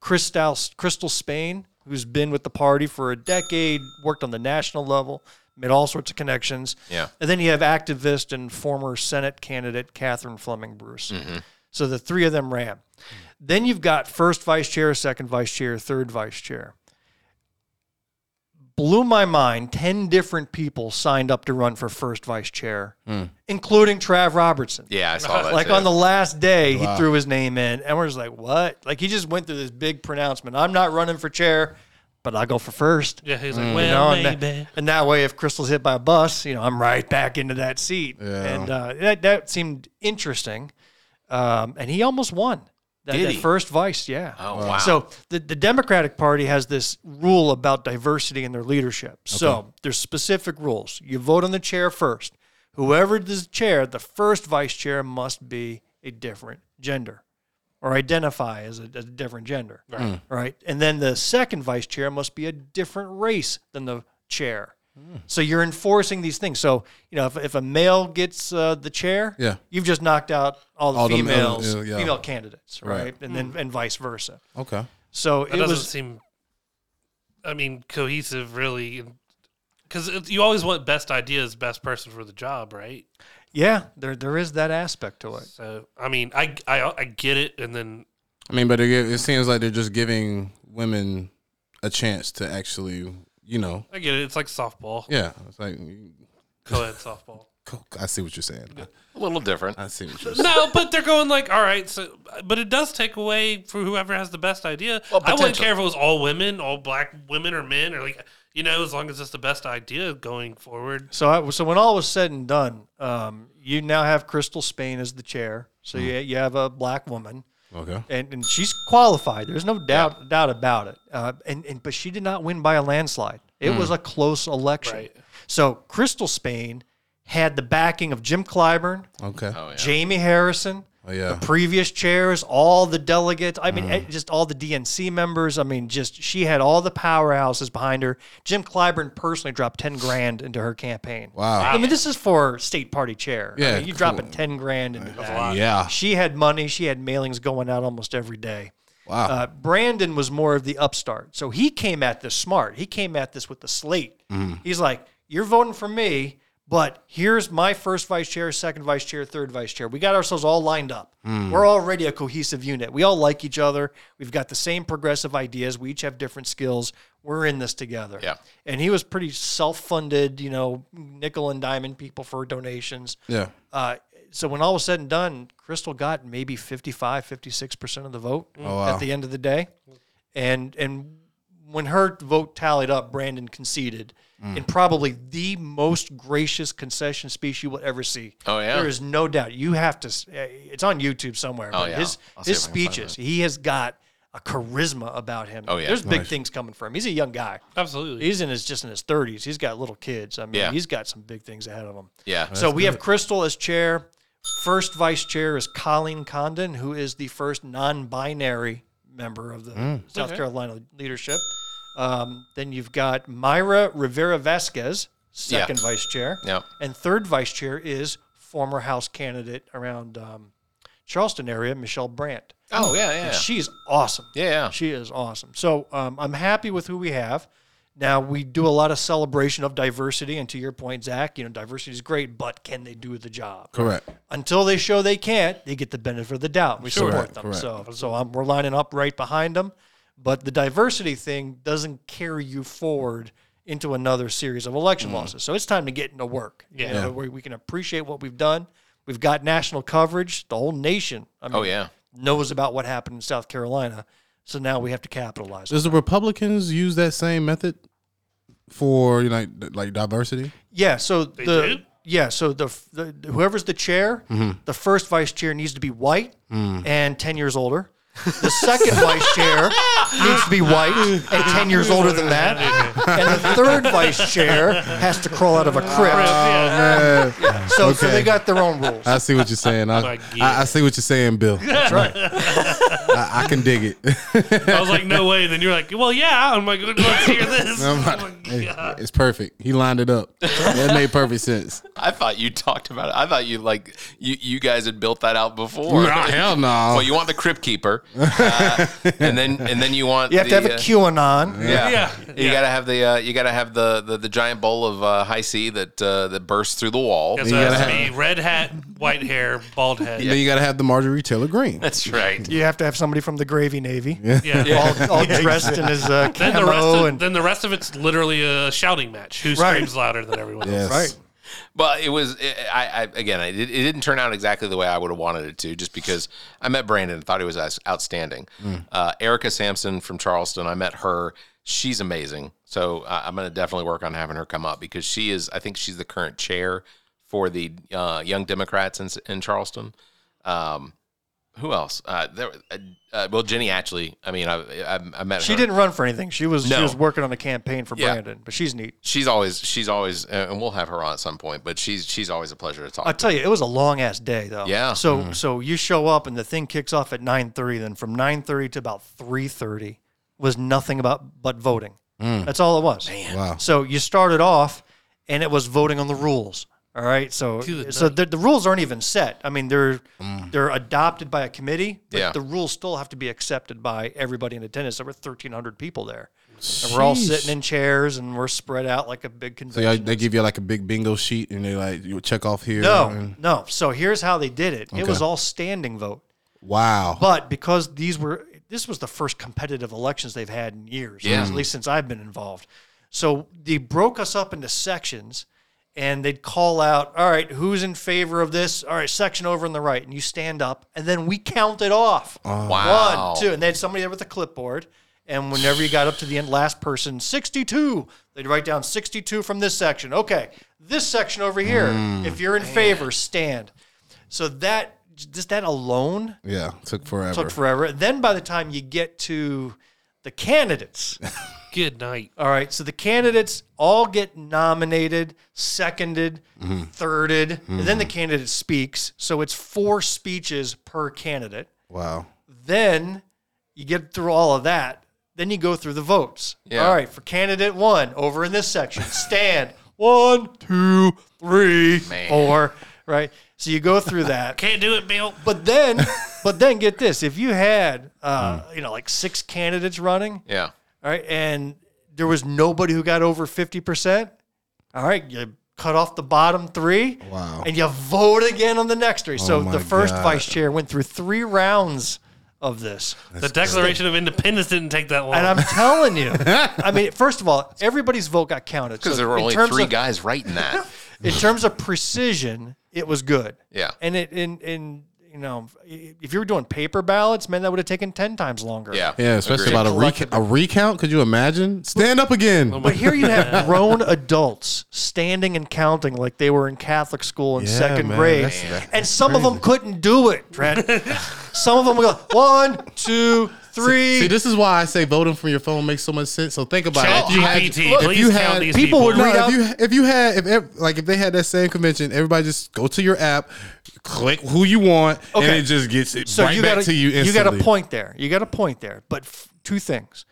S3: Crystal, Crystal Spain, who's been with the party for a decade, worked on the national level, made all sorts of connections.
S1: Yeah.
S3: And then you have activist and former Senate candidate Catherine Fleming Bruce. So the three of them ran. Then you've got first vice chair, second vice chair, third vice chair. Blew my mind. 10 different people signed up to run for first vice chair, including Trav Robertson.
S1: yeah, I saw that.
S3: Like
S1: too.
S3: on the last day, he threw his name in, and we're just like, what? Like he just went through this big pronouncement. I'm not running for chair, but I'll go for first.
S2: Yeah, he's like,
S3: Mm. You
S2: well,
S3: know, and,
S2: maybe.
S3: that, and that way, if Crystal's hit by a bus, you know, I'm right back into that seat. And uh, that, that seemed interesting. Um, and he almost won. That,
S1: Did
S3: that
S1: he?
S3: first vice, yeah.
S1: Oh, wow.
S3: So the, the Democratic Party has this rule about diversity in their leadership. So there's specific rules. You vote on the chair first. Whoever is chair, the first vice chair must be a different gender. or identify as a, as a different gender. Right. Right. And then the second vice chair must be a different race than the chair. So you're enforcing these things. So you know if, if a male gets uh, the chair,
S4: Yeah.
S3: you've just knocked out all the
S4: All the male-
S3: females,
S4: yeah, yeah.
S3: female candidates, right?
S4: Right.
S3: And then and vice versa.
S4: Okay.
S3: So
S2: That
S3: it
S2: doesn't
S3: was
S2: seem. I mean, cohesive really, because you always want best ideas, best person for the job, right?
S3: yeah. There there is that aspect to it.
S2: So I mean, I I, I get it, and then
S4: I mean, but it, it seems like they're just giving women a chance to actually, you know,
S2: I get it. It's like softball,
S4: yeah. It's like
S2: co-ed softball.
S4: I see what you're saying.
S1: A little different.
S3: Uh,
S4: I see what you're saying.
S2: No, but they're going like, all right, so, but it does take away for whoever has the best idea. I wouldn't
S1: potential.
S2: care if it was all women, all black women or men, or like, you know, as long as it's the best idea going forward.
S3: So, I, so when all was said and done, um, you now have Crystal Spain as the chair. So you, you have a black woman,
S4: Okay.
S3: and, and she's qualified. There's no doubt doubt about it. Uh, and, and but she did not win by a landslide. It
S4: Hmm.
S3: was a close election.
S2: Right.
S3: So Crystal Spain had the backing of Jim Clyburn,
S4: Okay.
S1: Oh, yeah.
S3: Jamie Harrison,
S4: Oh, yeah. Hmm.
S3: the previous chairs, all the delegates. I mean, eh, just all the DNC members. I mean, just she had all the powerhouses behind her. Jim Clyburn personally dropped ten grand into her campaign.
S4: Wow.
S3: I mean, this is for state party chair. I
S4: Yeah,
S3: mean, you
S4: cool.
S3: dropping ten grand into that.
S4: Yeah.
S3: She had money. She had mailings going out almost every day.
S4: Wow.
S3: Uh, Brandon was more of the upstart, so he came at this smart. He came at this with the slate.
S4: Mm-hmm.
S3: He's like, "You're voting for me, but here's my first vice chair, second vice chair, third vice chair. We got ourselves all lined up.
S4: Mm.
S3: We're already a cohesive unit. We all like each other. We've got the same progressive ideas. We each have different skills. We're in this together."
S1: Yeah.
S3: And he was pretty self-funded, you know, nickel and diamond people for donations.
S4: yeah.
S3: Uh, so when all was said and done, Crystal got maybe 55, 56% of the vote
S1: Oh,
S3: at the end of the day. And and when her vote tallied up, Brandon conceded
S1: Mm.
S3: in probably the most gracious concession speech you will ever see.
S1: Oh, yeah.
S3: There is no doubt. You have to, s- eh, it's on YouTube somewhere.
S1: Oh,
S3: but
S1: yeah.
S3: His,
S1: I'll see if
S3: his
S1: I can find
S3: speeches, he has got a charisma about him.
S1: Oh, yeah.
S3: There's big things coming for him. He's a young guy.
S2: Absolutely.
S3: He's in his just in his 30s. He's got little kids. I mean,
S1: Yeah.
S3: he's got some big things ahead of him.
S1: Yeah.
S3: So we have Crystal as chair. First vice chair is Colleen Condon, who is the first non-binary member of the South Carolina leadership. Um, then you've got Myra Rivera Vasquez, second vice chair,
S1: Yep.
S3: and third vice chair is former House candidate around um, Charleston area, Michelle Brandt.
S1: Oh, yeah, yeah.
S3: And she's awesome.
S1: Yeah, yeah.
S3: She is awesome. So um, I'm happy with who we have. Now we do a lot of celebration of diversity, and to your point, Zach, you know diversity is great, but can they do the job?
S4: Correct.
S3: Until they show they can't, they get the benefit of the doubt. We support
S4: Correct,
S3: them.
S4: correct.
S3: So so um, we're lining up right behind them, but the diversity thing doesn't carry you forward into another series of election
S1: Mm.
S3: losses. So it's time to get into work. You
S2: Yeah.
S3: know, where we can appreciate what we've done. We've got national coverage. The whole nation. I mean,
S1: Oh, yeah.
S3: knows about what happened in South Carolina. So now we have to capitalize. on it.
S4: Does the Republicans use that same method for you know, like like diversity?
S3: Yeah. So the
S2: do?
S3: yeah. So the, the whoever's the chair,
S2: Mm-hmm.
S3: the first vice chair needs to be white
S2: Mm.
S3: and ten years older. The second vice chair needs to be white and ten years older than that, and the third vice chair has to crawl out of a crypt.
S2: Yeah.
S3: So, so
S4: Oh, okay.
S3: they got their own rules.
S2: Uh,
S4: I see what you're saying. I,
S2: I
S4: I,
S2: get
S4: I see what you're saying, Bill. That's right. I, I can dig it.
S2: I was like, no way. Then you're like, well, yeah. I'm like, let's hear this.
S4: I'm
S2: Oh
S4: like,
S2: my
S4: hey,
S2: God.
S4: it's perfect. He lined it up. That made perfect sense.
S1: I thought you talked about it. I thought you like you you guys had built that out before.
S4: Nah, hell no.
S3: Oh.
S1: Well, you want the crypt keeper, uh, and then and then you want
S3: You have
S1: the,
S3: to have a
S1: uh,
S3: QAnon.
S1: Yeah.
S2: Yeah.
S1: You
S2: Yeah.
S1: gotta have the uh, you gotta have the, the, the giant bowl of uh, high C that uh, that bursts through the wall.
S2: Yeah, so it has to be red hat, white hair, bald head.
S4: Then you got to have the Marjorie Taylor Green.
S1: That's right.
S3: You have to have somebody from the Gravy Navy,
S2: Yeah.
S3: all, all dressed in his uh,
S2: Then the rest,
S3: camo
S2: of,
S3: and
S2: then the rest of it's literally a shouting match. Who
S3: Right.
S2: screams louder than everyone else?
S4: Yes.
S3: Right.
S1: But it was I, I again I, it didn't turn out exactly the way I would have wanted it to, just because I met Brandon and thought he was as- outstanding.
S3: Hmm.
S1: Uh, Erica Sampson from Charleston, I met her. She's amazing. So uh, I'm going to definitely work on having her come up because she is. I think she's the current chair for the uh, Young Democrats in, in Charleston. Um, Who else? Uh, there, uh, uh, well, Jenny actually. I mean, I I, I met
S3: She
S1: her.
S3: didn't run for anything. She was
S1: No.
S3: she was working on the campaign for
S1: Yeah.
S3: Brandon, but she's neat.
S1: She's always she's always, uh, and we'll have her on at some point. But she's she's always a pleasure to talk.
S3: I
S1: to.
S3: tell you, it was a long ass day though.
S1: Yeah. Mm-hmm.
S3: So so you show up and the thing kicks off at nine thirty. Then from nine thirty to about three thirty was nothing about but voting.
S1: Mm.
S3: That's all it was.
S4: Wow.
S3: So you started off, and it was voting on the rules. All right, so
S2: Good
S3: so the, the rules aren't even set. I mean, they're they're adopted by a committee, but
S1: Mm. Yeah.
S3: the rules still have to be accepted by everybody in attendance. There were thirteen hundred people there, and we're all
S4: Sheesh.
S3: sitting in chairs, and we're spread out like a big
S4: So y'all,
S3: convention.
S4: they give you like a big bingo sheet, and they like you check off here.
S3: no,
S4: and-
S3: no. So here's how they did it. It was
S4: Okay.
S3: all standing vote,
S4: wow.
S3: but because these were this was the first competitive elections they've had in years,
S1: Yeah.
S3: at least since I've been involved. So they broke us up into sections and they'd call out, all right, who's in favor of this? All right, section over on the right. And you stand up and then we count it off.
S4: Oh.
S1: Wow.
S3: One, two. And they had somebody there with a clipboard. And whenever you got up to the end, last person, 62, they'd write down 62 from this section. Okay, this section over here, if you're in favor, stand. So that just that alone
S4: yeah, took forever.
S3: took forever. Then by the time you get to the candidates,
S2: Good night.
S3: all right, so the candidates all get nominated, seconded, thirded, and then the candidate speaks. So it's four speeches per candidate.
S4: wow.
S3: Then you get through all of that. Then you go through the votes.
S1: Yeah.
S3: All right, for candidate one, over in this section, stand one, two, three, four.
S1: Man.
S3: Right. So you go through that.
S2: Can't do it, Bill.
S3: But then, but then get this: if you had, uh, you know, like six candidates running,
S1: Yeah.
S3: all right, and there was nobody who got over fifty percent, all right, you cut off the bottom three,
S4: Wow.
S3: and you vote again on the next three. so
S4: my
S3: the first
S4: God.
S3: vice chair went through three rounds of this,
S2: The Declaration of Independence didn't take that long.
S3: and
S4: Oh.
S3: I'm telling you, I mean, first of all, everybody's vote got counted
S1: Because
S3: So
S1: there were
S3: in
S1: only
S3: terms
S1: three
S3: of-
S1: guys writing that.
S3: in terms of precision, it was good.
S1: Yeah.
S3: And it in in you know if you were doing paper ballots, man, that would have taken ten times longer.
S1: Yeah.
S4: Yeah, especially
S1: Agreed.
S4: about a, rec- a recount. Could you imagine? Stand up again.
S3: But here you have grown adults standing and counting like they were in Catholic school in
S4: Yeah,
S3: second
S4: man,
S3: grade,
S4: that's- that's
S3: and some of them couldn't do it. Trent. some of them would go one, two, three.
S4: See, this is why I say voting from your phone makes so much sense. So think about
S2: Chat
S4: it. If you had-
S2: GPT,
S4: if
S2: please
S4: you
S2: count
S4: had-
S2: these
S3: people
S2: people.
S3: would
S4: No,
S3: read out-
S4: if you if you had if ev- like if they had that same convention, everybody just go to your app, click who you want, and
S3: Okay.
S4: it just gets it
S3: so
S4: right
S3: you
S4: back
S3: got
S4: to you. Instantly.
S3: got a point there. You got a point there. But f- two things.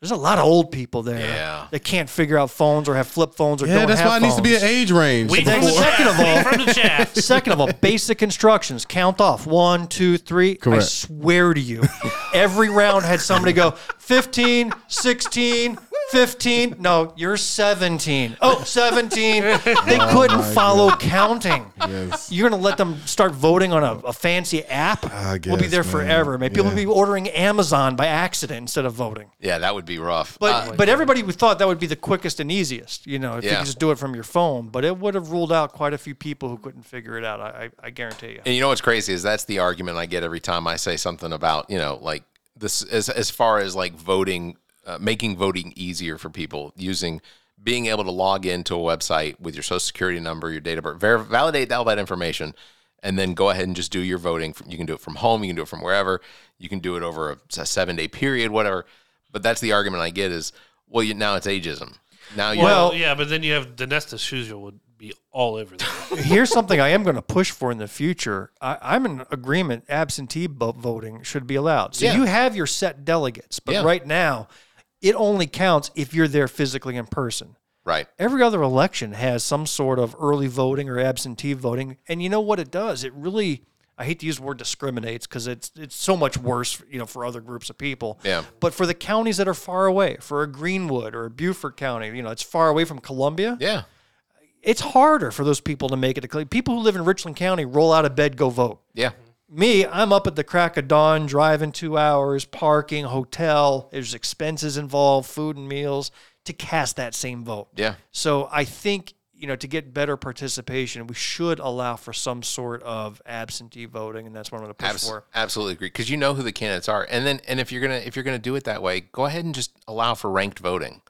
S3: There's a lot of old people there
S1: Yeah.
S3: that can't figure out phones or have flip phones or
S4: Yeah,
S3: don't
S4: that's
S3: have
S4: why it needs to be
S3: phones.
S4: an age range.
S2: we from
S3: then
S2: the
S3: second
S2: shaft.
S3: of all-
S2: We from the shaft.
S3: Second of all, basic instructions. Count off one, two, three. I
S4: Correct.
S3: swear to you, every round had somebody go 15, 16, 15. No, you're 17. Oh, 17. They couldn't follow counting.
S4: Oh Yes.
S3: You're going to let them start voting on a, a fancy app?
S4: I
S3: we'll be
S4: guess,
S3: there
S4: man.
S3: forever. Maybe people will
S4: Yeah.
S3: be ordering Amazon by accident instead of voting.
S1: Yeah, that would be rough.
S3: But
S1: Uh,
S3: but everybody would thought that would be the quickest and easiest, you know, if you
S1: Yeah.
S3: could just do it from your phone. But it would have ruled out quite a few people who couldn't figure it out. I, I, I guarantee you.
S1: And you know what's crazy is that's the argument I get every time I say something about you know like this as as far as like voting, uh, making voting easier for people using being able to log into a website with your social security number, your date of birth, ver- validate all that information, and then go ahead and just do your voting. From, you can do it from home, you can do it from wherever, you can do it over a, a seven day period, whatever. But that's the argument I get is well, you, now it's ageism. Now you're
S2: Well, yeah, but then you have Donesta Shuja would be all over that.
S3: Here's something I am going to push for in the future. I, I'm in agreement absentee bo- voting should be allowed. So
S1: Yeah.
S3: you have your set delegates, but
S1: Yeah.
S3: right now it only counts if you're there physically in person.
S1: right.
S3: Every other election has some sort of early voting or absentee voting. And you know what it does? It really I hate to use the word discriminates because it's it's so much worse, you know, for other groups of people.
S1: Yeah.
S3: But for the counties that are far away, for a Greenwood or a Beaufort County, you know, it's far away from Columbia
S1: Yeah.
S3: it's harder for those people to make it to Cleveland. People who live in Richland County roll out of bed, go vote.
S1: Yeah.
S3: Me, I'm up at the crack of dawn, driving two hours, parking, hotel. There's expenses involved, food and meals to cast that same vote.
S1: Yeah.
S3: So I think, you know, to get better participation, we should allow for some sort of absentee voting, and that's what I'm going to push
S1: Abs-
S3: for.
S1: Absolutely agree because you know who the candidates are, and then and if you're gonna if you're gonna do it that way, go ahead and just allow for ranked voting.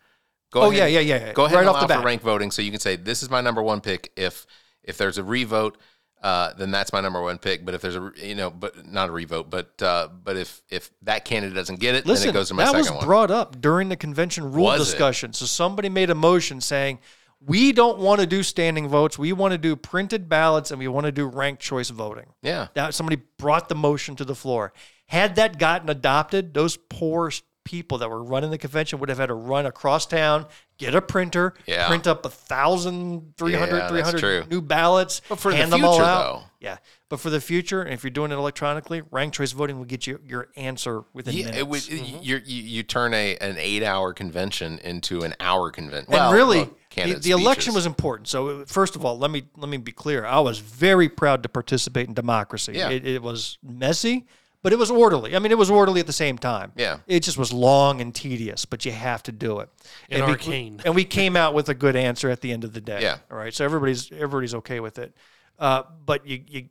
S1: Go
S3: Oh,
S1: ahead,
S3: yeah, yeah, yeah, yeah.
S1: Go ahead
S3: Right
S1: and
S3: off
S1: allow
S3: the
S1: for
S3: bat.
S1: ranked voting, so you can say this is my number one pick. If if there's a revote, uh, then that's my number one pick. But if there's a you know, but not a revote, but uh, but if if that candidate doesn't get it, then
S3: Listen,
S1: it goes to my
S3: that
S1: second
S3: was
S1: one.
S3: brought up during the convention rule
S1: Was it?
S3: discussion. So somebody made a motion saying, we don't want to do standing votes. We want to do printed ballots and we want to do ranked choice voting.
S1: yeah,
S3: That somebody brought the motion to the floor. Had that gotten adopted, those poor s- people that were running the convention would have had to run across town, get a printer,
S1: Yeah.
S3: print up a thousand, three hundred,
S1: Yeah, that's
S3: three hundred
S1: true.
S3: new ballots,
S1: But for the
S3: hand them all
S1: future,
S3: out.
S1: though.
S3: Yeah, but for the future, and if you're doing it electronically, ranked choice voting will get you your answer within
S1: yeah.
S3: minutes. Mm-hmm.
S1: It was you you you turn a an eight hour convention into an hour convention.
S3: and really, the, the election was important. So, uh, first of all, let me let me be clear. I was very proud to participate in democracy.
S1: Yeah.
S3: It, it was messy, but it was orderly. I mean, it was orderly at the same time.
S1: Yeah.
S3: it just was long and tedious, but you have to do it.
S2: And
S3: we-
S2: arcane.
S3: and we came out with a good answer at the end of the day.
S1: Yeah.
S3: all right. So everybody's everybody's okay with it. Uh, but you you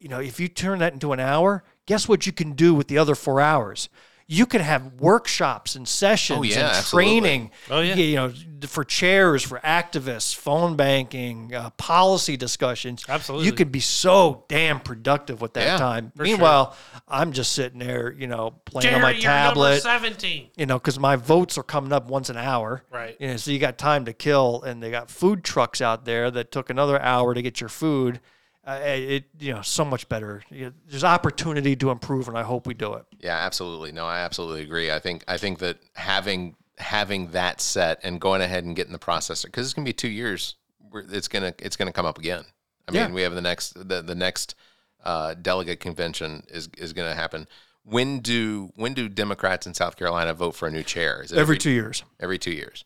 S3: you know, if you turn that into an hour, guess what you can do with the other four hours? You can have workshops and sessions
S1: Oh, yeah,
S3: and
S1: absolutely.
S3: training.
S2: Oh, yeah.
S3: You know, for chairs, for activists, phone banking, uh, policy discussions.
S2: Absolutely.
S3: You could be so damn productive with that
S1: Yeah,
S3: time. Meanwhile, I'm just sitting there, you know, playing on my
S2: Jerry, you're number
S3: tablet.
S2: seventeen.
S3: You know, because my votes are coming up once an hour.
S2: Right.
S3: You know, so you got time to kill, and they got food trucks out there that took another hour to get your food. Uh, it you know so much better. You know, there's opportunity to improve, and I hope we do it.
S1: Yeah, absolutely. No, I absolutely agree. I think I think that having having that set and going ahead and getting the processor because it's gonna be two years. we're- It's gonna it's gonna come up again. I mean, we have the next the the next uh, delegate convention is is gonna happen. When do when do Democrats in South Carolina vote for a new chair? Is it
S3: Every two years.
S1: every two years?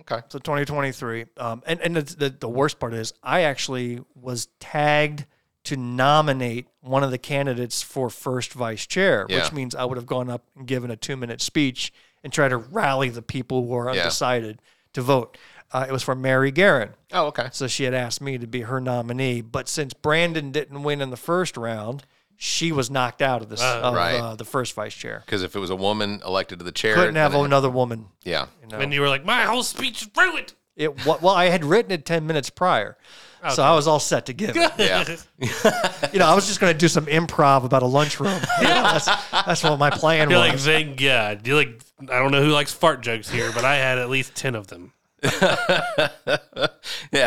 S1: Okay.
S3: So 2023. Um, and and the, the, the worst part is I actually was tagged to nominate one of the candidates for first vice chair,
S1: Yeah.
S3: which means I would have gone up and given a two minute speech and try to rally the people who are
S1: Yeah.
S3: undecided to vote. Uh, it was for Mary Garron.
S1: Oh, okay.
S3: So she had asked me to be her nominee. But since Brandon didn't win in the first round, she was knocked out of, this, of
S1: Ah, Right.
S3: uh, the first vice chair.
S1: Because if it was a woman elected to the chair,
S3: Couldn't have oh
S1: then it-
S3: another woman.
S1: Yeah.
S3: You know.
S2: And you were like, my whole speech is ruined.
S3: It wa- well, I had written it ten minutes prior, so I was all set to give. it.
S1: Yeah.
S3: You know, I was just going to do some improv about a lunchroom. You know, that's that's what my plan
S2: You're like,
S3: was.
S2: thank God. You're like, I don't know who likes fart jokes here, but I had at least ten of them.
S1: yeah,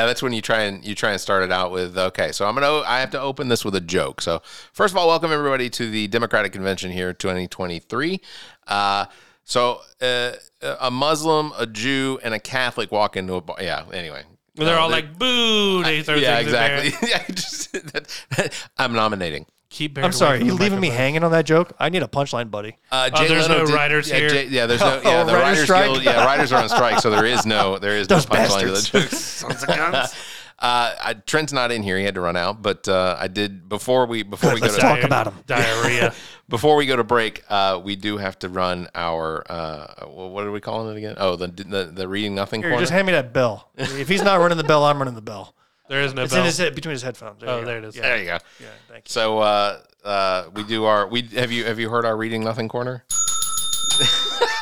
S1: that's when you try and you try and start it out with okay. So I'm gonna I have to open this with a joke. So first of all, welcome everybody to the Democratic Convention here, 2023. Uh, so uh, a Muslim, a Jew, and a Catholic walk into a bar. Yeah. Anyway.
S2: And they're
S1: No,
S2: all like, boo. They throw
S1: yeah,
S2: things in there.
S1: exactly. yeah, just, I'm nominating.
S2: Keep Barrett
S3: I'm
S2: away
S3: sorry,
S2: from
S3: you
S2: the
S3: leaving me
S2: microphone.
S3: hanging on that joke? I need a punchline, buddy.
S1: Uh,
S2: Oh,
S1: Jay
S2: there's
S1: Leno
S2: no
S1: did-
S2: writers
S1: yeah,
S2: here.
S1: Jay- yeah, there's no. Yeah,
S3: Oh,
S1: the
S3: writers
S1: writers,
S3: strike.
S1: Guild. Yeah, writers are on strike, so there is no. There is no
S3: Those
S1: punchline to the
S3: bastards.
S1: jokes. Uh, I, Trent's not in here; he had to run out. But uh, I did before we before we go
S3: Let's
S1: to
S3: talk about 'em.
S2: Diarrhea.
S1: before we go to break. Uh, we do have to run our uh, well, what are we calling it again? Oh, the the, the reading nothing
S3: Here,
S1: corner.
S3: just hand me that bell. If he's not running the bell, I'm running the bell.
S2: There is no
S3: It's
S2: bell.
S3: in his head, between his headphones.
S2: oh,
S3: you go.
S2: there it is.
S1: there you go.
S3: Yeah, thank you.
S1: So uh, uh, we do our we have you have you heard our reading nothing corner?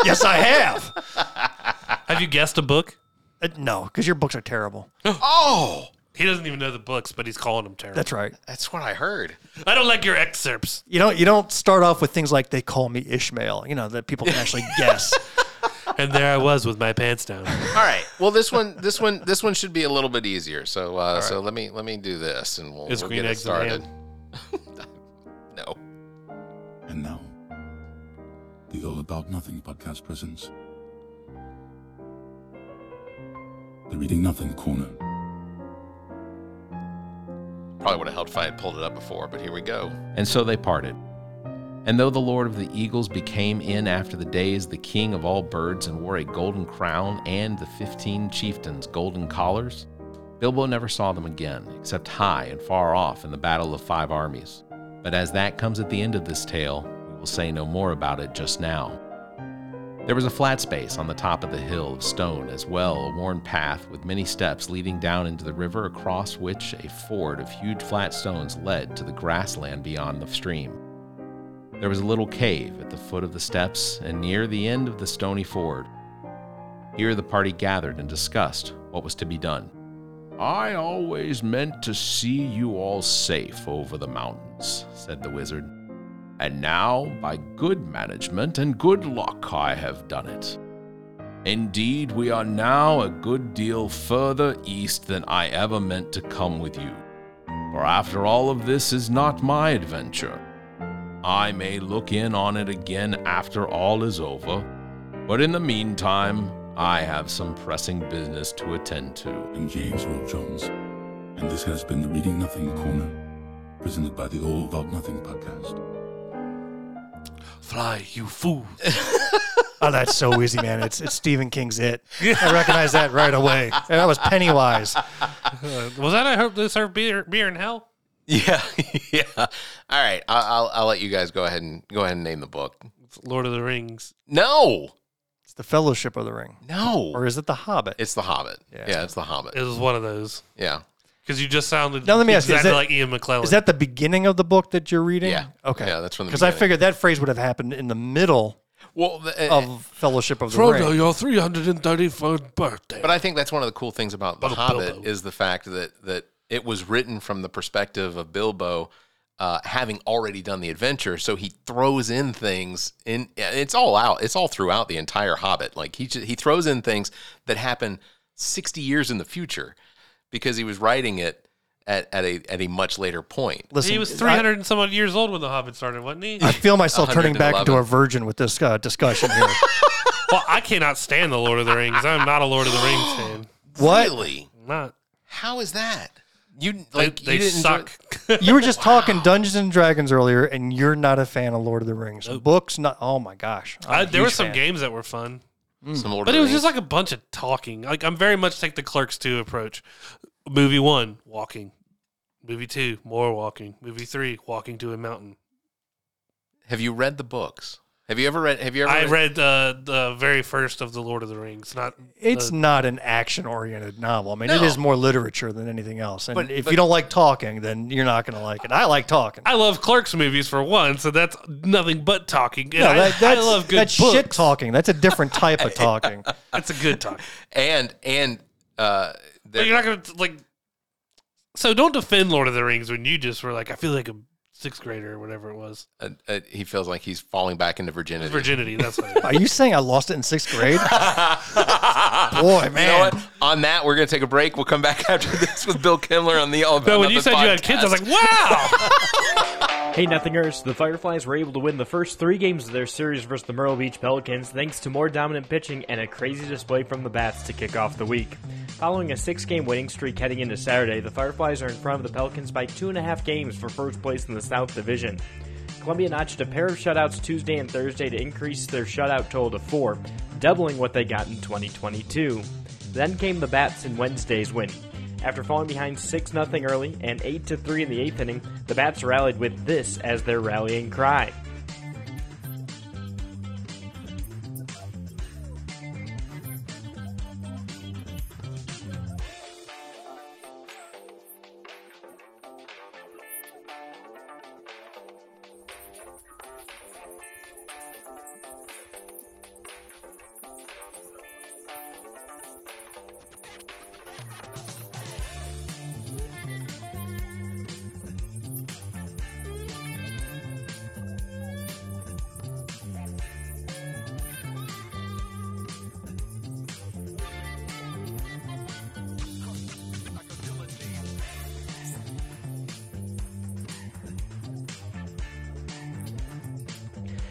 S3: yes, I have.
S2: Have you guessed a book?
S3: Uh, no, because your books are terrible.
S1: Oh,
S2: He doesn't even know the books, but he's calling them terrible.
S3: That's right.
S1: that's what I heard.
S2: I don't like your excerpts.
S3: You don't you don't start off with things like they call me Ishmael. You know that people can actually guess.
S2: And there I was with my pants down.
S1: All right. Well, this one this one this one should be a little bit easier. So uh, so let me let me do this and we'll,
S2: It's
S1: we'll
S2: green
S1: get it
S2: eggs and ham.
S1: started. no.
S7: And now, the All About Nothing podcast presents the Reading Nothing Corner.
S1: Probably would have helped if I had pulled it up before, but here we go.
S5: And so they parted. And though the Lord of the Eagles became in after the days the king of all birds and wore a golden crown and the fifteen chieftains golden collars, Bilbo never saw them again, except high and far off in the battle of five armies. But as that comes at the end of this tale, we will say no more about it just now. There was a flat space on the top of the hill of stone, as well a worn path with many steps leading down into the river, across which a ford of huge flat stones led to the grassland beyond the stream. There was a little cave at the foot of the steps and near the end of the stony ford. Here the party gathered and discussed what was to be done.
S1: I always meant to see you all safe over the mountains, said the wizard. And now, by good management and good luck, I have done it. Indeed, we are now a good deal further east than I ever meant to come with you. For after all of this is not my adventure. I may look in on it again after all is over, but in the meantime, I have some pressing business to attend to.
S7: and James Earl Jones. And this has been the Reading Nothing Corner, presented by the All About Nothing podcast.
S2: Fly, you fool.
S3: Oh, that's so easy, man. It's it's Stephen King's It. I recognize that right away. And that was Pennywise.
S2: Uh, was that I hope they serve beer, beer in hell?
S1: Yeah, yeah. All right, I- I'll I'll let you guys go ahead and go ahead and name the book.
S2: It's Lord of the Rings.
S1: No,
S3: It's the Fellowship of the Ring,
S1: no,
S3: or is it the Hobbit?
S1: it's The Hobbit. Yeah,
S3: Yeah.
S1: it's The Hobbit.
S2: It was one of those.
S1: Yeah,
S2: Because you just sounded
S3: Now let me ask you, is
S2: exactly
S3: that-
S2: like Ian McClellan.
S3: Is that the beginning of the book that you're reading?
S1: yeah.
S3: Okay.
S1: yeah, that's from the
S3: Because I
S1: beginning.
S3: figured that phrase would have happened in the middle
S1: Well, the,
S3: of Fellowship of the Ring.
S2: your 333rd birthday.
S1: But I think that's one of the cool things about The
S2: Little
S1: Hobbit
S2: Bilbo.
S1: is the fact that that it was written from the perspective of Bilbo uh, having already done the adventure, so he throws in things in. It's all out. It's all throughout the entire Hobbit. Like he ju- he throws in things that happen sixty years in the future because he was writing it at, at a at a much later point.
S3: Listen,
S2: he was
S3: I-
S2: 300 and some odd years old when The Hobbit started, wasn't he?
S3: I, feel myself turning back into
S1: 111.
S3: a virgin with this uh, discussion here.
S2: well, I cannot stand The Lord of the Rings. I'm not a Lord of the Rings fan.
S3: What?
S1: Really?
S2: I'm not.
S1: How is that? You
S2: They,
S1: like
S2: they
S1: you didn't enjoy-
S2: suck.
S3: You were just talking Dungeons and Dragons earlier, and you're not a fan of Lord of the Rings. Books, not. Oh my gosh. I'm
S2: I,
S3: a
S2: there were
S3: huge
S2: some
S3: fan.
S2: games that were fun,
S1: some Lord
S2: Mm.
S1: of
S2: but it
S1: the Rings.
S2: was just like a bunch of talking. Like I'm very much take the Clerks two approach. Movie one, walking. Movie two, more walking. Movie three, walking to a mountain.
S1: Have you read the books? Have you ever read? Have you ever?
S2: I read uh, the very first of the Lord of the Rings. Not
S3: It's
S2: the-
S3: not an action-oriented novel. I mean, it
S1: No.
S3: is more literature than anything else. And
S1: But-
S3: if
S1: but-
S3: you don't like talking, then you're not going to like it. I like talking.
S2: I love Clerks movies for one, so that's nothing but talking. And
S3: No,
S2: I,
S3: that-
S2: I
S3: that's-
S2: love good
S3: that's
S2: books.
S3: shit talking. That's a different type of talking.
S2: That's a good talk.
S1: and and uh,
S2: But
S1: there,
S2: you're not gonna like. So don't defend Lord of the Rings when you just were like, I feel like a sixth grader or whatever it was.
S1: uh, uh, he feels like he's falling back into virginity.
S2: Virginity. That's what. It
S3: Are you saying I lost it in sixth grade?
S1: Boy, You know
S3: man.
S1: what? On that, we're gonna take a break. We'll come back after this with Bill Kimler on the All About
S2: no, when you said
S1: Nothing
S2: you had kids, I was
S1: podcast.
S2: like, wow.
S8: Hey Nothingers, the Fireflies were able to win the first three games of their series versus the Myrtle Beach Pelicans thanks to more dominant pitching and a crazy display from the Bats to kick off the week. Following a six game winning streak heading into Saturday, the Fireflies are in front of the Pelicans by two and a half games for first place in the South Division. Columbia notched a pair of shutouts Tuesday and Thursday to increase their shutout total to four, doubling what they got in 2022. Then came the Bats in Wednesday's win. After falling behind 6 0 early and 8 3 in the 8th inning, the Bats rallied with this as their rallying cry.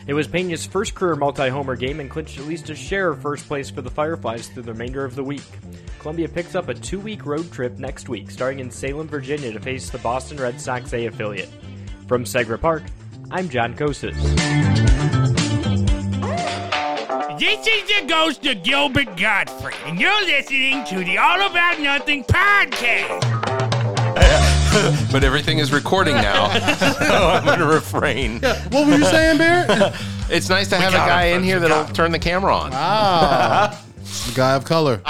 S8: It was Pena's first career multi homer game and clinched at least a share of first place for the Fireflies through the remainder of the week. Columbia picks up a two week road trip next week, starting in Salem, Virginia, to face the Boston Red Sox A affiliate. From Segra Park, I'm John Kosis.
S9: This is the ghost of Gilbert Godfrey, and you're listening to the All About Nothing podcast.
S1: but everything is recording now, so I'm gonna refrain.
S4: What were you saying, Barrett?
S1: It's nice to have a guy in here that'll turn the camera on.
S4: The guy of color.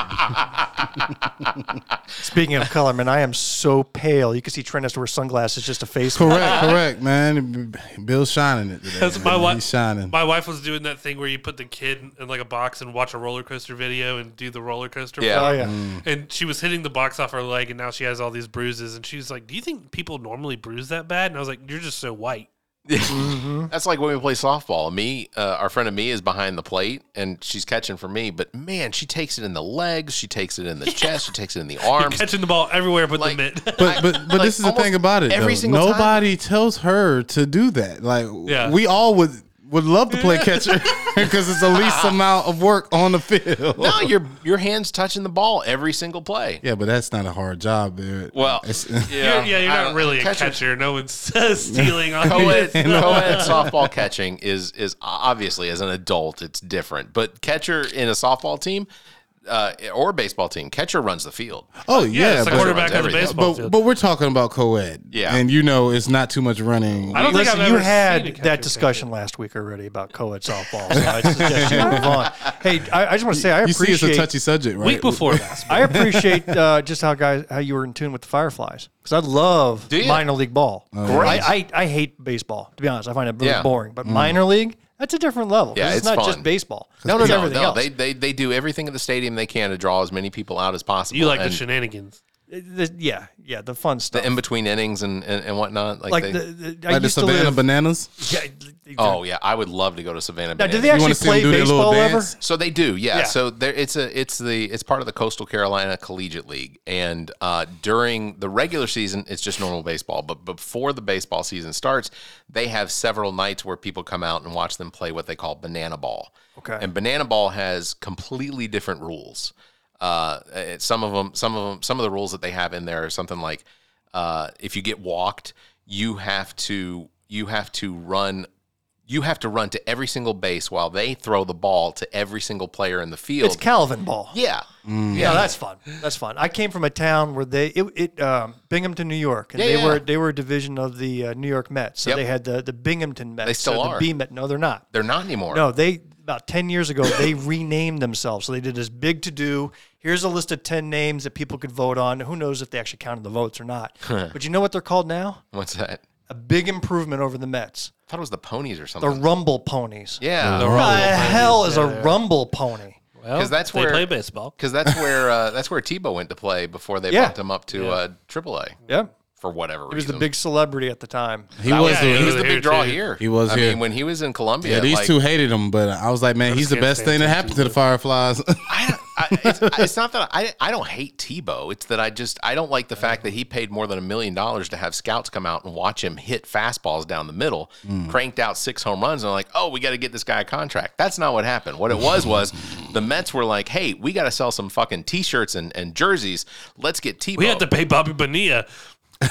S3: Speaking of color, man, I am so pale. You can see Trent has to wear sunglasses just to face. me.
S4: Correct, correct, man. Bill's shining it today.
S2: That's
S4: man.
S2: my wife.
S4: He's shining.
S2: My wife was doing that thing where you put the kid in, in like a box and watch a roller coaster video and do the roller coaster.
S1: Yeah.
S3: Oh
S2: part.
S3: yeah.
S2: And she was hitting the box off her leg, and now she has all these bruises. And she's like, "Do you think people normally bruise that bad?" And I was like, "You're just so white."
S1: That's like when we play softball. Me, uh, our friend of me is behind the plate and she's catching for me, but man, she takes it in the legs, she takes it in the chest, she takes it in the arms.
S2: Catching the ball everywhere but
S1: Like-
S2: the mitt.
S4: but but, but
S1: Like,
S4: this is the
S1: almost
S4: thing about it.
S1: every
S4: though.
S1: single time.
S4: Nobody tells her to do that. Like
S2: Yeah.
S4: we all would would love to play catcher because it's the least amount of work on the field.
S1: no, your your hands touching the ball every single play.
S4: Yeah, but that's not a hard job. Dude.
S1: Well,
S4: It's-
S2: You're, yeah, you're
S1: I
S2: not
S1: don't-
S2: really a catcher.
S1: catchers-
S2: No one's stealing on
S1: co-ed,
S2: you.
S1: co-ed softball catching is is obviously as an adult it's different but catcher in a softball team uh, or baseball team catcher runs the field
S4: oh yeah,
S2: it's the
S4: but,
S2: quarterback of the
S1: everything.
S2: baseball
S4: but
S2: field.
S4: but we're talking about co-ed.
S1: Yeah.
S4: and you know it's not too much running.
S2: I don't think
S3: Listen,
S2: I've
S3: you
S2: ever
S3: had
S2: seen a catcher
S3: that discussion last week already about co-ed softball, so I suggest you move on. Hey, I, I just want to say I
S4: you see,
S3: appreciate
S4: it's a touchy subject, right?
S2: Week before last.
S3: I appreciate uh, just how guys how you were in tune with the Fireflies because I love
S1: Do ya?
S3: minor league ball.
S4: Oh,
S1: Great.
S3: I, I I hate baseball to be honest. I find it really
S1: Yeah.
S3: boring.
S4: Mm.
S3: But minor league, that's a different level. 'cause
S1: Yeah,
S3: it's,
S1: it's
S3: not
S1: fun.
S3: just baseball. No, no,
S1: no,
S3: everything
S1: no,
S3: else.
S1: they, they they do everything at the stadium they can to draw as many people out as possible.
S2: You like the
S1: and
S2: shenanigans.
S3: Uh, The- the- yeah, yeah, the fun stuff.
S1: the in between innings and, and, and whatnot. Like,
S3: like
S1: they,
S3: the, the, I
S4: like the
S3: used to
S4: Savannah
S3: live.
S4: Bananas.
S3: yeah,
S1: oh yeah, I would love to go to Savannah.
S3: now,
S1: Bananas.
S3: did they
S4: wanna
S3: actually
S4: see 'em
S3: play
S4: do their little
S3: baseball ever?
S4: dance?
S1: So they do, yeah.
S2: Yeah.
S1: So there, it's a, it's the, it's part of the Coastal Carolina Collegiate League, and uh, during the regular season, it's just normal baseball. But before the baseball season starts, they have several nights where people come out and watch them play what they call banana ball.
S3: Okay.
S1: And banana ball has completely different rules. Uh, it- some of them, some of them, some of the rules that they have in there are something like, uh, if you get walked, you have to, you have to run you have to run to every single base while they throw the ball to every single player in the field.
S3: It's Calvin ball.
S1: yeah.
S4: Mm.
S3: Yeah, that's fun. That's fun. I came from a town where they it, it um, Binghamton, New York, and
S1: Yeah,
S3: they
S1: yeah.
S3: were they were a division of the uh, New York Mets. So
S1: Yep.
S3: they had the the Binghamton Mets.
S1: They still
S3: so
S1: are.
S3: The B Met. No, they're not.
S1: They're not anymore.
S3: No, they about ten years ago they renamed themselves. So they did this big to do. Here's a list of ten names that people could vote on. Who knows if they actually counted the votes or not? but you know what they're called now?
S1: What's that? I
S3: A big improvement over the Mets.
S1: thought it was the ponies or
S3: The
S1: something.
S3: Rumble Ponies.
S1: yeah.
S3: What the hell is a Rumble Pony?
S2: Well,
S1: 'Cause that's
S2: they
S1: where-
S2: play baseball.
S1: Because that's where uh, that's where Tebow went to play before they
S3: Yeah.
S1: bumped him up to uh, AAA
S3: Yeah,
S1: for whatever
S3: he was
S1: reason.
S3: the big celebrity at the time.
S4: He was.
S2: yeah,
S1: Oh, he
S4: the,
S1: was the
S2: Here,
S1: big draw
S2: too.
S1: here.
S4: He was
S1: I
S4: here.
S1: mean, when he was in Columbia,
S4: yeah, these
S1: like,
S4: two hated him, but I was like, man, he's the
S2: gonna
S4: best
S2: say
S4: thing that
S2: too,
S4: happened to the Fireflies.
S1: I, don't- I, it's, it's not that I, I don't hate Tebow. It's that I just I don't like the fact that he paid more than a million dollars to have scouts come out and watch him hit fastballs down the middle,
S4: Mm.
S1: cranked out six home runs, and like, oh, we got to get this guy a contract. That's not what happened. What it was was the Mets were like, hey, we got to sell some fucking t-shirts and, and jerseys. Let's get Tebow.
S2: We had to pay Bobby Bonilla.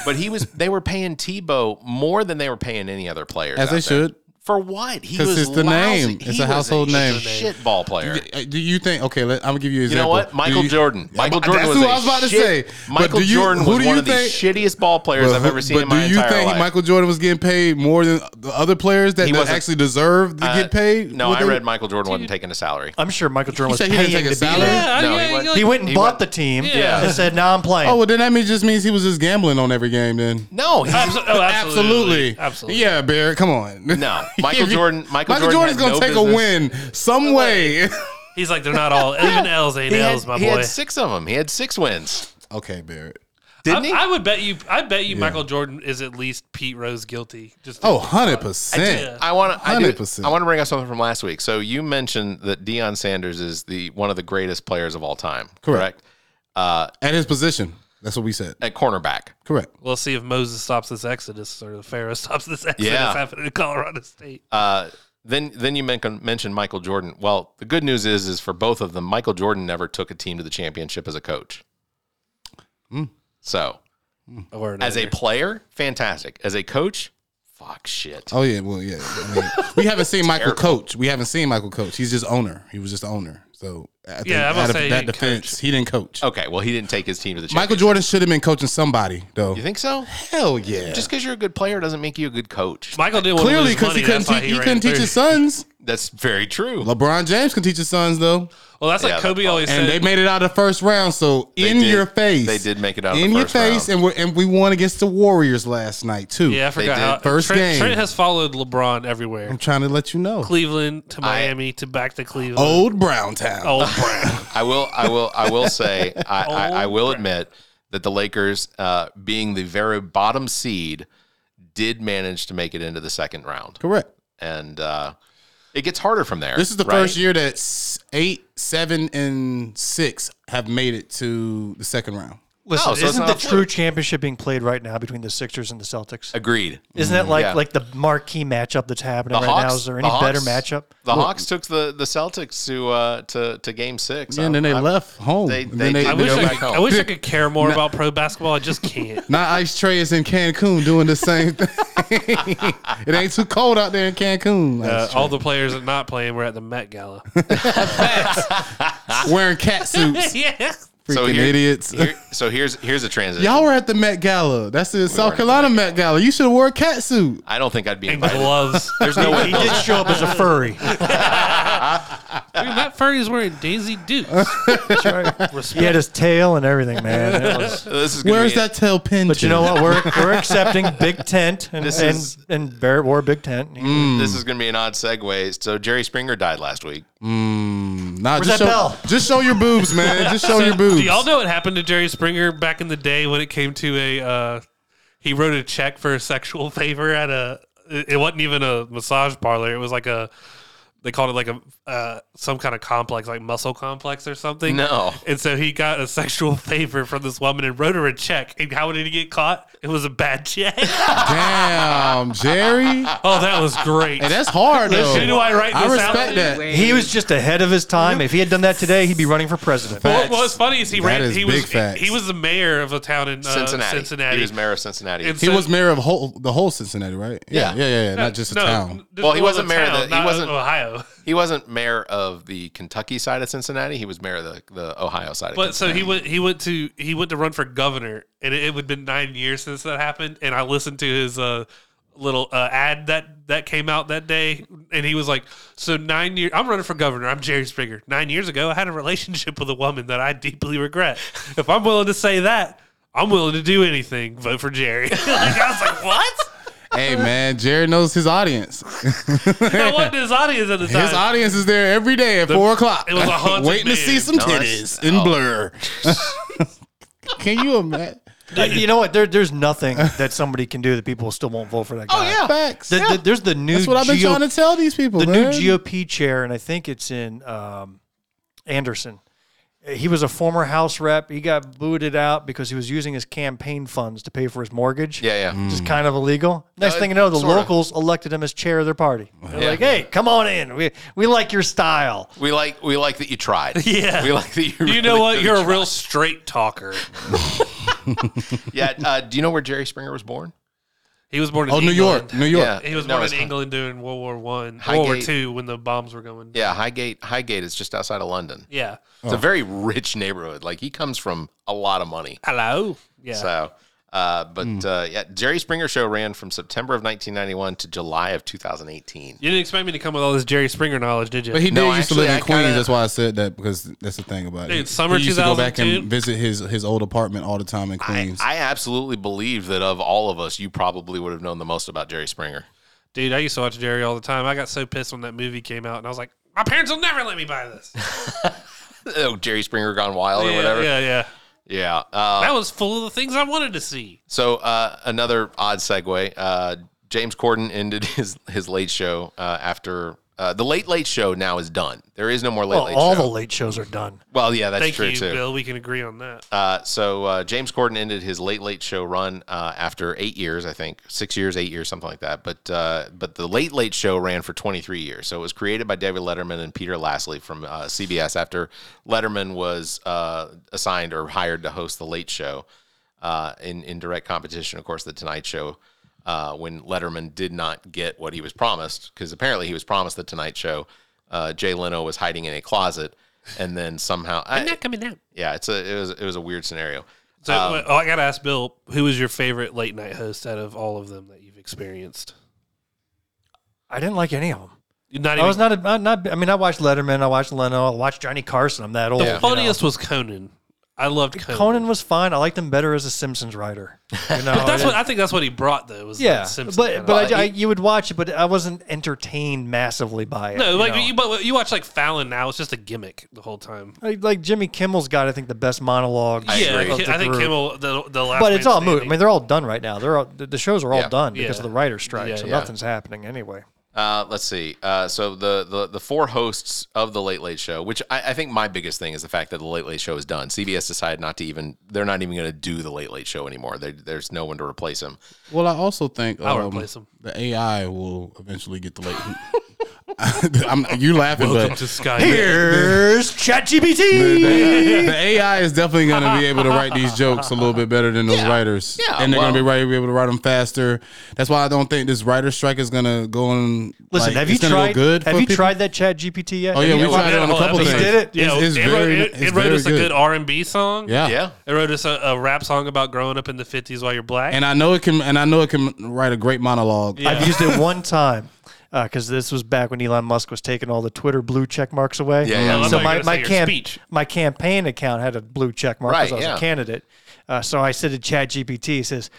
S1: but he was they were paying Tebow more than they were paying any other player
S4: As they should.
S1: For what? He
S4: 'Cause
S1: was
S4: it's the
S1: lousy.
S4: name.
S1: He
S4: It's a
S1: was
S4: household name.
S1: Shit ball player.
S4: Uh, Do you think? Okay, let, I'm gonna give you. An
S1: You know
S4: example.
S1: what?
S4: Do
S1: Michael
S4: you-
S1: Jordan. Michael
S4: But
S1: Jordan
S4: That's
S1: was
S4: what
S1: a
S4: I was about to
S1: shit-
S4: say. But
S1: Michael
S4: do you-
S1: Jordan
S4: who
S1: was
S4: do
S1: one
S4: you
S1: of the
S4: think-
S1: shittiest ball players
S4: But
S1: I've
S4: who-
S1: ever seen
S4: But
S1: in my
S4: do you
S1: entire
S4: think
S1: life.
S4: Michael Jordan was getting paid more than the other players that,
S1: He
S4: that
S1: wasn't-
S4: actually deserved to
S1: Uh,
S4: get paid?
S1: No,
S4: Would
S1: I
S4: they-
S1: read Michael Jordan wasn't taking a salary.
S3: I'm sure Michael Jordan
S4: You
S3: was
S4: said
S3: paying
S4: he didn't take
S3: to
S4: a
S3: be there.
S4: salary.
S1: No, he
S2: Uh, yeah,
S1: wasn't.
S2: you're
S3: He
S2: like-
S3: went and
S1: He
S3: bought
S1: went-
S3: the team.
S1: Yeah.
S3: And said, "Now I'm playing."
S4: Oh, well, then that means just means he was just gambling on every game. Then
S1: No, he's,
S2: Abso- oh, absolutely.
S4: absolutely,
S2: Absolutely.
S4: yeah, Bear. Come on,
S1: No, Michael Jordan- Michael Jordan
S4: Jordan's gonna
S1: had no
S4: take a win some way.
S2: He's like, they're not all. Even L's ain't
S1: he, had,
S2: L's, my
S1: he
S2: boy.
S1: had six of them. He had six wins.
S4: okay, Bear.
S1: Didn't
S2: I,
S1: he?
S2: I would bet you. I bet you Michael Jordan is at least Pete Rose guilty. Just
S4: Oh, 100 percent.
S1: I want to. I, do-
S4: 100%.
S1: I want to bring up something from last week. So you mentioned that Deion Sanders is the one of the greatest players of all time. Correct.
S4: Correct. At his position, that's what we said.
S1: At cornerback.
S4: Correct.
S2: We'll see if Moses stops this exodus or the Pharaoh stops this exodus
S1: Yeah.
S2: happening in Colorado State.
S1: Uh, then then you men- mentioned Michael Jordan. Well, the good news is is for both of them, Michael Jordan never took a team to the championship as a coach.
S4: Hmm.
S1: So
S2: Or
S1: as a player, fantastic. As a coach, fuck shit.
S4: Oh yeah, well yeah. I mean, we haven't seen Michael coach. We haven't seen Michael coach. He's just owner. He was just the owner. So I think
S2: Yeah, I'm gonna
S4: out of
S2: say he
S4: that
S2: didn't
S4: defense, he didn't coach.
S1: Okay, well he didn't take his team to the championship.
S4: Michael Jordan should have been coaching somebody though.
S1: You think so?
S4: Hell yeah.
S1: Just because you're a good player doesn't make you a good coach.
S2: Michael didn't want to lose
S4: Clearly, because
S2: money.
S4: he couldn't
S2: that's why
S4: teach. He
S2: ran
S4: couldn't teach
S2: through.
S4: his sons.
S1: That's very true.
S4: LeBron James can teach his sons though,
S2: Well, that's like
S1: Yeah,
S2: Kobe
S1: that's
S2: always
S4: and they
S2: said.
S4: made it out of the first round. So
S1: They
S4: in
S1: did-
S4: your face,
S1: they did make it out of the
S4: in your
S1: first
S4: face,
S1: round.
S4: and we and we won against the Warriors last night too.
S2: yeah, I forgot
S1: did.
S2: how.
S4: First
S2: Trent,
S4: game.
S2: Trent has followed LeBron everywhere.
S4: I'm trying to let you know,
S2: Cleveland to Miami to back to Cleveland. Oh,
S4: old Brown Town.
S1: Oh.
S2: Old Brown.
S1: I will. I will. I will say. I, I, I will admit that the Lakers, uh, being the very bottom seed, did manage to make it into the second round,
S4: Correct.
S1: and uh, it gets harder from there.
S4: This is the
S1: right?
S4: first year that s- eight, seven, and six have made it to the second round.
S3: Listen,
S1: so it's not
S3: isn't the
S1: a fluke.
S3: true championship being played right now between the Sixers and the Celtics?
S1: Agreed.
S3: Isn't that like
S1: yeah.
S3: like the marquee matchup that's happening
S1: The
S3: right
S1: Hawks.
S3: now? Is there
S1: the
S3: any better
S1: Hawks-
S3: matchup?
S1: The Hawks took the, the Celtics to uh, to to game six.
S4: Yeah, and then they
S1: I'm-
S4: left home.
S1: they-
S4: And then
S1: they
S4: they,
S1: did.
S2: I
S1: We
S2: wish
S1: go
S2: I,
S1: back
S2: could,
S1: home.
S2: I wish I could care more about pro basketball. I just can't. Uh,
S4: Not Ice Tray is in Cancun doing the same thing. it ain't too cold out there in Cancun.
S2: Uh,
S4: Ice
S2: all the players that not playing were at the Met Gala.
S4: Tray. Wearing cat suits.
S2: yeah.
S4: Freaking
S1: here-
S4: idiots.
S1: here- so here's here's a transition.
S4: Y'all were at the Met Gala. That's the
S1: weren't
S4: South
S1: at the
S4: Carolina Met Gala. You should have wore a cat suit.
S1: I don't think I'd be
S2: And
S1: invited.
S2: gloves.
S1: There's no way.
S3: He did show up as a furry.
S2: I mean, Matt Furry's wearing Daisy Dukes.
S3: He had his tail and everything, man. It was-
S1: This is gonna
S4: Where's
S1: be-
S4: that tail pin?
S3: but you know what? We're we're accepting big tent and
S1: This
S3: and,
S1: is- Mm.
S3: and Barrett wore a big tent. He-
S1: This is going to be an odd segue. So Jerry Springer died last week.
S4: Nah, just
S3: that
S4: show,
S3: bell?
S4: just show your boobs, man. Just show your boobs.
S2: Do y'all know what happened to Jerry Springer back in the day when it came to a? Uh, he wrote a check for a sexual favor at a. It it wasn't even a massage parlor. It was like a. They called it like a uh, some kind of complex, like muscle complex or something.
S1: No.
S2: And so he got a sexual favor from this woman and wrote her a check. And how did he get caught? It was a bad check. oh,
S4: Damn, Jerry.
S2: that was great.
S4: Hey, that's hard though.
S2: Listen, do I write this out?
S4: respect that.
S3: He was just ahead of his time. If he had done that today, he'd be running for president.
S2: well, what was funny is he
S4: That
S2: ran.
S4: is
S2: he was
S4: big facts.
S2: he was the mayor of a town in uh,
S1: Cincinnati.
S2: Cincinnati.
S1: He was mayor of Cincinnati.
S2: It's-
S4: He was mayor of whole, the whole Cincinnati, right?
S1: Yeah.
S4: Yeah, yeah, yeah. yeah. Not just a town.
S2: this
S1: Well, he
S2: was a
S1: wasn't mayor of the-
S2: town,
S1: he
S2: not
S1: wasn't-
S2: Ohio.
S1: he wasn't mayor of the Kentucky side of Cincinnati. He was mayor of the, the Ohio side. Of
S2: But so
S1: Cincinnati.
S2: he went. He went to. He went to run for governor, and it, it had been nine years since that happened. And I listened to his uh, little uh, ad that that came out that day, and he was like, "So nine years. I'm running for governor. I'm Jerry Springer. Nine years ago, I had a relationship with a woman that I deeply regret. If I'm willing to say that, I'm willing to do anything. Vote for Jerry." like, I was like, "What?"
S4: hey, man, Jerry knows his audience.
S2: That wasn't his audience at the time.
S4: His audience is there every day at four o'clock.
S2: it was a haunted
S4: waiting to
S2: man.
S4: see some
S1: No, that's-
S4: titties in
S1: oh.
S4: blur. Can you imagine?
S3: Uh, You know what? There, there's nothing that somebody can do that people still won't vote for that
S1: Oh,
S3: guy.
S4: facts.
S3: Oh, The- the- there's the new
S4: That's what I've been
S3: GO
S4: trying to tell these people.
S3: the
S4: man.
S3: new GOP chair, and I think it's in um, Anderson. He was a former House rep. He got booted out because he was using his campaign funds to pay for his mortgage.
S1: yeah, yeah.
S3: Which is
S2: Hmm.
S3: kind of illegal. Next thing you know, the
S1: sorta.
S3: locals elected him as chair of their party. They're
S1: Yeah.
S3: like, hey, come on in. We, we like your style.
S1: We like we like that you tried.
S2: Yeah.
S1: we like that you.
S2: you
S1: really
S2: know what?
S1: really
S2: You're a
S1: tried.
S2: real straight talker.
S1: Yeah. Uh, do you know where Jerry Springer was born?
S2: He was born in
S4: Oh, New
S2: England.
S4: York, New York.
S1: Yeah,
S2: He was
S1: Uh, No,
S2: born
S1: it's
S2: in England during World War One, World War
S1: Highgate.
S2: Two, when the bombs were going. Yeah,
S1: Yeah, Highgate. Highgate is just outside of London.
S2: yeah.
S1: It's a very rich neighborhood. Like he comes from a lot of money.
S2: Hello. Yeah,
S1: So, uh, but uh, yeah, Jerry Springer show ran from September of 1991 to July of 2018.
S2: you didn't expect me to come with all this Jerry Springer knowledge, did you?
S4: But he did
S1: No,
S4: used to
S1: actually,
S4: live in
S1: I
S4: Queens.
S1: kinda-
S4: that's why I said that because that's the thing about it.
S2: Dude, summer
S4: he used to go back
S2: 2002?
S4: and visit his his old apartment all the time in Queens.
S1: I absolutely believe that of all of us, you probably would have known the most about Jerry Springer.
S2: Dude, I used to watch Jerry all the time. I got so pissed when that movie came out, and I was like, my parents will never let me buy this.
S1: Oh, Jerry Springer gone wild or
S2: yeah,
S1: whatever. Yeah.
S2: yeah, yeah.
S1: Uh,
S2: That was full of the things I wanted to see.
S1: so uh, another odd segue. Uh, James Corden ended his his late show uh, after. Uh, the Late Late Show now is done. There is no more Late
S3: Well,
S1: Late
S3: all
S1: Show.
S3: the late shows are done.
S1: well, yeah, that's
S2: Oh, Thank
S1: true
S2: you,
S1: too.
S2: Bill. We can agree on that.
S1: Uh, so uh, James Corden ended his Late Late Show run uh, after eight years, I think, six years, eight years, something like that. But uh, but the Late Late Show ran for 23 years. So it was created by David Letterman and Peter Lasley from uh, CBS after Letterman was uh, assigned or hired to host the Late Show uh, in in direct competition, of course, the Tonight Show. Uh, when Letterman did not get what he was promised, because apparently he was promised the Tonight Show, uh, Jay Leno was hiding in a closet, and then somehow I-
S2: I'm not coming out.
S1: yeah, it's a it was it was a weird scenario.
S2: So
S1: um,
S2: wait, oh, I got to ask Bill, who is your favorite late night host out of all of them that you've experienced?
S3: I didn't like any of them.
S2: You're Not
S3: I
S2: even,
S3: was not, a, not. I mean, I watched Letterman. I watched Leno. I watched Johnny Carson. I'm that old.
S2: the
S3: you know.
S2: funniest was Conan. I loved Conan.
S3: Conan was fine. I liked him better as a Simpsons writer. You know,
S2: but that's
S3: and-
S2: what I think. That's what he brought though. Was
S3: Oh, yeah,
S2: that Simpson
S3: but
S2: kind of-
S3: but I, I, you would watch it, but I wasn't entertained massively by it.
S2: no,
S3: you
S2: like
S3: know.
S2: you, but you watch like Fallon now. It's just a gimmick the whole time.
S3: Like, like Jimmy Kimmel's got, I think, the best monologue.
S1: I
S2: yeah,
S1: agree.
S3: of the
S2: I think
S3: group.
S2: Kimmel the the last.
S3: But it's
S2: man
S3: all moot. I
S2: standing.
S3: mean, they're all done right now. They're all, the, the shows are all
S1: Yeah.
S3: done because
S2: Yeah.
S3: of the writer strike,
S2: Yeah,
S3: so
S2: yeah.
S3: nothing's happening anyway.
S1: Uh, let's see. Uh, so the, the the four hosts of the Late Late Show, which I, I think my biggest thing is the fact that the Late Late Show is done. CBS decided not to even. They're not even going to do the Late Late Show anymore. They, there's no one to replace him.
S4: Well, I also think
S2: I'll
S4: um,
S2: replace him.
S4: the AI will eventually get the late. I'm, you laughing,
S2: welcome
S4: but
S2: to Sky.
S3: Here's
S4: the,
S3: ChatGPT.
S4: the AI is definitely going to be able to write these jokes a little bit better than those writers.
S1: Yeah,
S4: and they're going to be,
S1: well-
S4: right, be able to write them faster. That's why I don't think this writer strike is going to go on.
S3: Listen,
S4: like,
S3: have you
S4: it's gonna go
S3: tried?
S4: good?
S3: have
S4: for
S3: you
S4: people.
S3: tried that ChatGPT yet?
S4: Oh yeah, we
S1: Yeah,
S4: tried it on a couple
S3: episode.
S4: things.
S3: He did it?
S2: Yeah,
S4: It's, it's
S2: it,
S4: very,
S2: wrote, it,
S4: it's
S2: it wrote
S4: very
S2: us a good R and B song.
S4: Yeah.
S1: Yeah.
S2: It wrote us a, a rap song about growing up in the fifties while you're black.
S4: and I know it can. And I know it can write a great monologue.
S3: I've used it one time because this was back when Elon Musk was taking all the Twitter blue check marks away.
S1: Yeah, yeah. Oh, I
S3: So
S2: thought you
S3: my
S2: were gonna
S3: my,
S2: say your
S3: camp-
S2: speech.
S3: my campaign account had a blue check mark because
S1: Right,
S3: I was
S1: yeah.
S3: a candidate. Uh, so I said to Chat GPT, he says,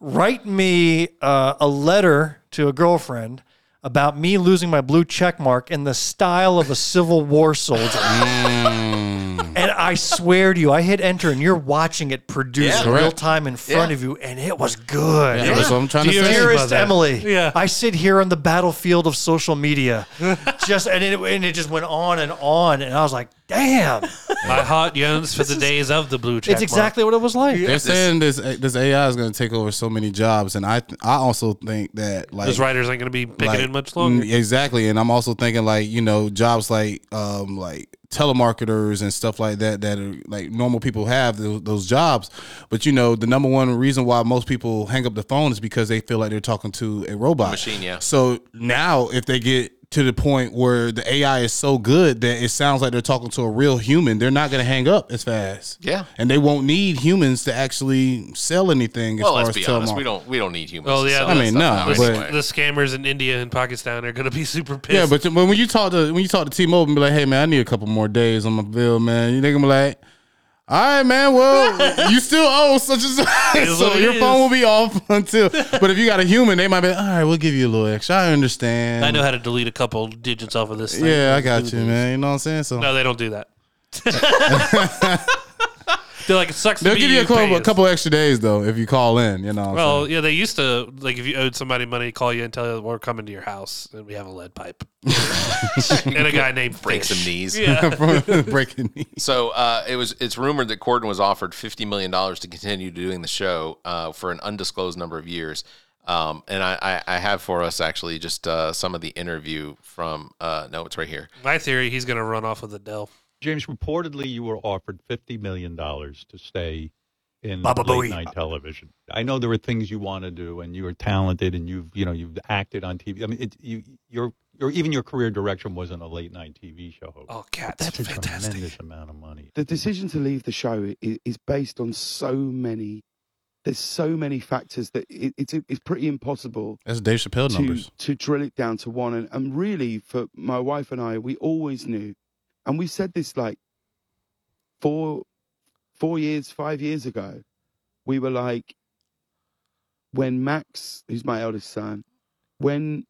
S3: "Write me uh, a letter to a girlfriend." About me losing my blue check mark in the style of a Civil War soldier. and I swear to you, I hit enter and you're watching it produced
S1: Yeah.
S3: real time in front
S1: Yeah.
S3: of you, and it was good.
S4: Yeah, That's what I'm trying to say.
S3: Dearest Emily,
S2: Yeah.
S3: I sit here on the battlefield of social media, just and it, and it just went on and on, and I was like, "Damn,
S2: My heart yearns for the days of the blue check.
S3: it's exactly what it was like."
S4: They're saying this this AI is going to take over so many jobs, and I I also think that like
S2: Those writers ain't going to be picking
S4: like,
S2: in much longer.
S4: mm, Exactly, and I'm also thinking like you know jobs like um like telemarketers and stuff like that that are like normal people have those, those jobs, but you know the number one reason why most people hang up the phone is because they feel like they're talking to a robot
S1: Machine, yeah.
S4: So now if they get to the point where the AI is so good that it sounds like they're talking to a real human, they're not going to hang up as fast.
S1: Yeah.
S4: and they won't need humans to actually sell anything. As
S1: Well,
S4: far
S1: let's
S4: as
S1: be honest.
S4: telemark-
S1: We don't. We don't need humans.
S2: Well,
S1: to
S2: yeah,
S1: sell
S2: I
S1: that
S4: mean,
S1: stuff
S4: no,
S1: now
S4: but-
S1: anyway.
S2: the scammers in India and Pakistan are going to be super pissed.
S4: Yeah, but when you talk to when you talk to T-Mobile and be like, "Hey man, I need a couple more days on my bill, man," you they gonna be like, "All right, man, well, you still owe such and such,
S2: is
S4: so
S2: what it
S4: your
S2: is.
S4: phone will be off until." But if you got a human, they might be, "All right, we'll give you a little extra." I understand.
S2: I know how to delete a couple digits off of this thing.
S4: Yeah, I got you, man. You know what I'm saying? So
S2: No, they don't do that. They're like, it sucks. to
S4: they'll
S2: be
S4: give you a
S2: pay
S4: couple, a
S2: us.
S4: couple extra days though if you call in. You know. What I'm saying?
S2: Well, yeah, they used to like if you owed somebody money, call you and tell you we're coming to your house and we have a lead pipe. and a guy named
S1: Break
S2: Fish.
S1: some knees.
S2: Yeah,
S4: From breaking news.
S1: So uh, it was. It's rumored that Corden was offered fifty million dollars to continue doing the show uh, for an undisclosed number of years. Um, and I, I, I have for us actually just uh, some of the interview from. Uh, no, it's right here.
S2: my theory, he's gonna run off with Adele.
S10: James, reportedly you were offered $50 million to stay in
S3: Baba Booey.
S10: late night television. I know there were things you want to do and you were talented and you've, you know, you've acted on TV. I mean, it, you, your, your, even your career direction wasn't a late night TV show. host.
S2: Oh, cat,
S10: But
S2: that's
S10: that's a
S2: fantastic.
S10: tremendous amount of money.
S11: the decision to leave the show is, is based on so many there's so many factors that it, it's, it's pretty impossible
S4: That's Dave Chappelle
S11: to,
S4: numbers.
S11: to drill it down to one and, and really for my wife and i we always knew and we said this like four four years five years ago we were like when max who's my eldest son when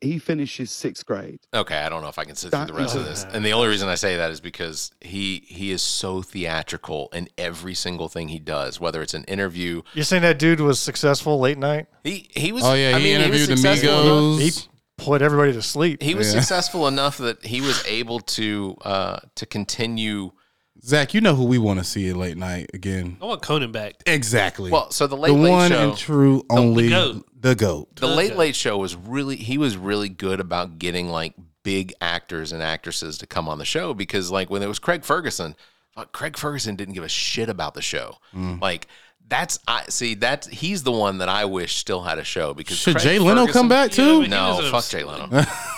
S11: he finishes sixth grade
S1: Okay, I don't know if I can sit through
S11: That
S1: the rest of
S11: is-
S1: this. And the only reason I say that is because he he is so theatrical in every single thing he does, whether it's an interview.
S3: You're saying that dude was successful late night?
S1: He he was.
S4: Oh yeah,
S1: I
S4: he
S1: mean, was
S4: interviewed the
S1: successful enough-
S4: Migos.
S3: He put everybody to sleep.
S1: He was
S4: Yeah.
S1: successful enough that he was able to uh, to continue.
S4: Zach, you know who we want to see at late night again?
S2: I want Conan back.
S4: Exactly.
S1: Well, so the late
S4: the
S1: late
S4: one
S1: show,
S4: and true only
S2: goat.
S4: the goat.
S1: the late late show was really he was really good about getting like big actors and actresses to come on the show because like when it was Craig Ferguson, fuck, Craig Ferguson didn't give a shit about the show.
S4: Mm.
S1: Like that's I see that's he's the one that I wish still had a show because
S4: Should
S1: Craig
S4: Jay Leno
S1: Ferguson-
S4: come back
S2: Yeah,
S4: too?
S2: but he
S1: No,
S2: was an
S1: fuck
S2: obs-
S1: Jay Leno.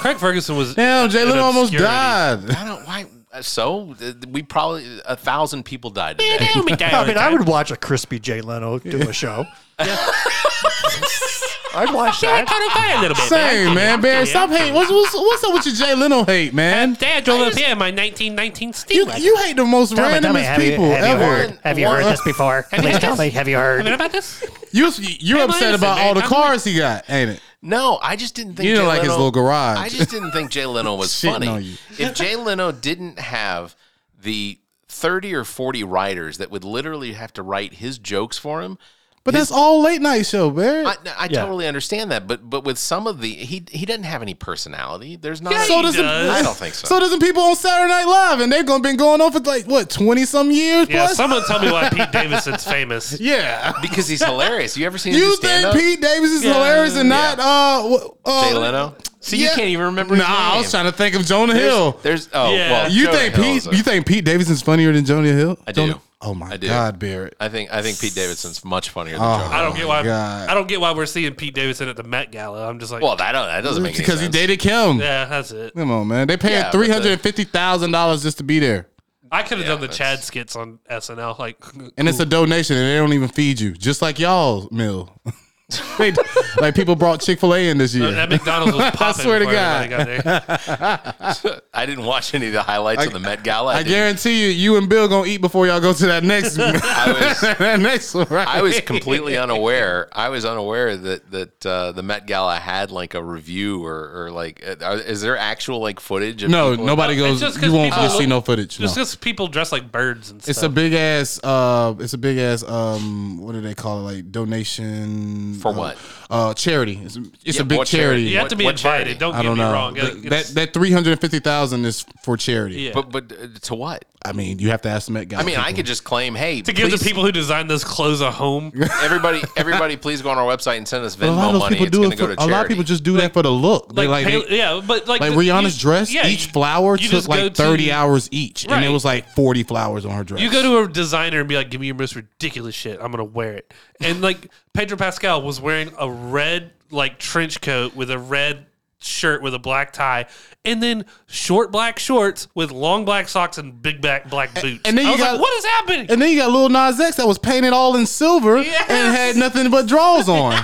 S2: Craig Ferguson was
S4: Damn, Jay
S2: an
S4: Leno almost
S2: obscurity.
S4: died.
S1: I don't why. uh, So Th- we probably a thousand people died today.
S2: Tell me,
S3: I mean, I
S2: Tyler.
S3: would watch a crispy Jay Leno do a show. I'd watch
S2: Show it
S3: that.
S2: to the fire a little bit.
S4: Same, man. Barry,
S2: Yeah.
S4: stop hating. What's, what's, what's up with your Jay Leno hate, man?
S2: Dad drove up here in my 1919 Steam.
S4: You, you hate the most
S12: Tell me, tell me,
S4: randomest
S12: have you,
S4: people
S12: have you
S4: ever.
S12: heard? Have you heard this before? Please tell me, have you
S2: I mean,
S12: heard?
S2: about this?
S4: You, you're upset
S2: listen,
S4: about
S2: man,
S4: all the
S2: I'm
S4: cars he got, ain't it?
S1: No, I just didn't think
S4: You didn't
S1: Jay
S4: like his
S1: Leno-
S4: little garage.
S1: I just didn't think Jay Leno was
S4: Shitting
S1: funny.
S4: on you.
S1: If Jay Leno didn't have the thirty or forty writers that would literally have to write his jokes for him,
S4: But that's all late night show, Barry.
S1: I, I
S3: Yeah.
S1: totally understand that. But but with some of the he he doesn't have any personality. There's not.
S2: Yeah,
S4: so
S2: he
S4: doesn't
S2: does.
S1: I don't think so.
S4: so doesn't people on Saturday Night Live, and they've gone- been going on for like what twenty some years
S2: Yeah,
S4: plus.
S2: someone tell me why Pete Davidson's famous.
S4: yeah,
S1: because he's hilarious. You ever seen him
S4: you
S1: do stand
S4: think
S1: up?
S4: Pete Davis is hilarious and not uh, wh- uh
S1: Jay Leno? See, you
S4: yeah.
S1: can't even remember.
S4: Nah,
S1: His
S4: I
S1: name.
S4: was trying to think of Jonah Hill.
S1: There's oh
S2: Yeah.
S1: well.
S4: You
S1: Jonah
S4: think
S1: Hill is
S4: Pete?
S1: a-
S4: You think Pete Davidson's funnier than Jonah Hill?
S1: I do.
S4: Jonah- oh my
S1: I do.
S4: God, Barrett.
S1: I think I think Pete Davidson's much funnier than
S4: Oh.
S1: Jonah.
S2: I
S1: Hill.
S2: don't get why.
S4: God.
S2: I don't get why we're seeing Pete Davidson at the Met Gala. I'm just like,
S1: Well, that don't, that doesn't make any
S4: Because he
S1: sense.
S4: dated Kim.
S2: yeah, that's it.
S4: Come on, man. They paid
S1: Yeah, but the-
S4: three hundred and fifty thousand dollars just to be there,
S2: I could have
S1: Yeah,
S2: done the
S1: that's-
S2: Chad skits on SNL. Like,
S4: and it's a donation, and they don't even feed you, just like y'all meal. They- like people brought Chick Fil A in this year.
S2: that McDonald's was popping.
S4: swear to
S2: before everybody
S4: God.
S2: got there.
S1: I didn't watch any of the highlights
S4: I-
S1: of the Met Gala.
S4: I
S1: didn't-
S4: guarantee you, you and Bill gonna eat before y'all go to that next.
S1: was-
S4: that next one, right?
S1: I was completely unaware. I was unaware that that uh, the Met Gala had like a review or, or like uh, are- is there actual like footage? Of
S4: no,
S1: people-
S4: nobody
S2: It's
S4: goes.
S2: just 'cause
S4: You won't
S2: people
S4: just see
S2: look-
S4: no footage.
S2: Just
S4: no.
S2: because people dress like birds and stuff.
S4: It's a big ass. Uh, it's a big ass. Um, what do they call it? Like donation
S1: For
S4: uh,
S1: what?
S4: Uh, charity. It's, a- it's
S1: Yeah,
S4: a big
S1: what
S4: charity.
S1: charity?
S2: you have
S1: What-
S2: to be
S1: what
S2: invited.
S1: charity?
S2: Don't
S4: I
S2: get
S4: don't
S2: me
S4: know.
S2: wrong.
S4: That-
S2: It's-
S4: that that three hundred fifty thousand is for charity.
S2: yeah.
S1: But but uh, to what?
S4: I mean, you have to ask the Met guy.
S1: I mean, I could just claim, hey,
S2: to give the
S1: please-
S2: people who designed those clothes a home.
S1: everybody, everybody, please go on our website and send us
S4: But a lot
S1: Venmo
S4: of those
S1: money.
S4: people
S1: It's
S4: do
S1: going to
S4: it.
S1: go
S4: For,
S1: to
S4: a
S1: charity.
S4: lot of people just do that for the look. They like.
S2: pale-
S4: they-
S2: yeah, but like
S4: like
S2: the-
S4: Rihanna's
S2: you-
S4: dress,
S2: yeah,
S4: each
S2: you-
S4: flower
S2: you
S4: took
S2: just go
S4: like thirty
S2: to-
S4: hours each, and
S2: Right.
S4: it was like forty flowers on her dress.
S2: You go to a designer and be like, "Give me your most ridiculous shit. I'm gonna wear it." And like Pedro Pascal was wearing a red like trench coat with a red shirt with a black tie, and then short black shorts with long black socks and big back black boots.
S4: and then
S2: I
S4: you
S2: was
S4: got-
S2: like, "What is happening?"
S4: and then you got Lil Nas X that was painted all in silver
S2: Yes.
S4: and had nothing but drawers on.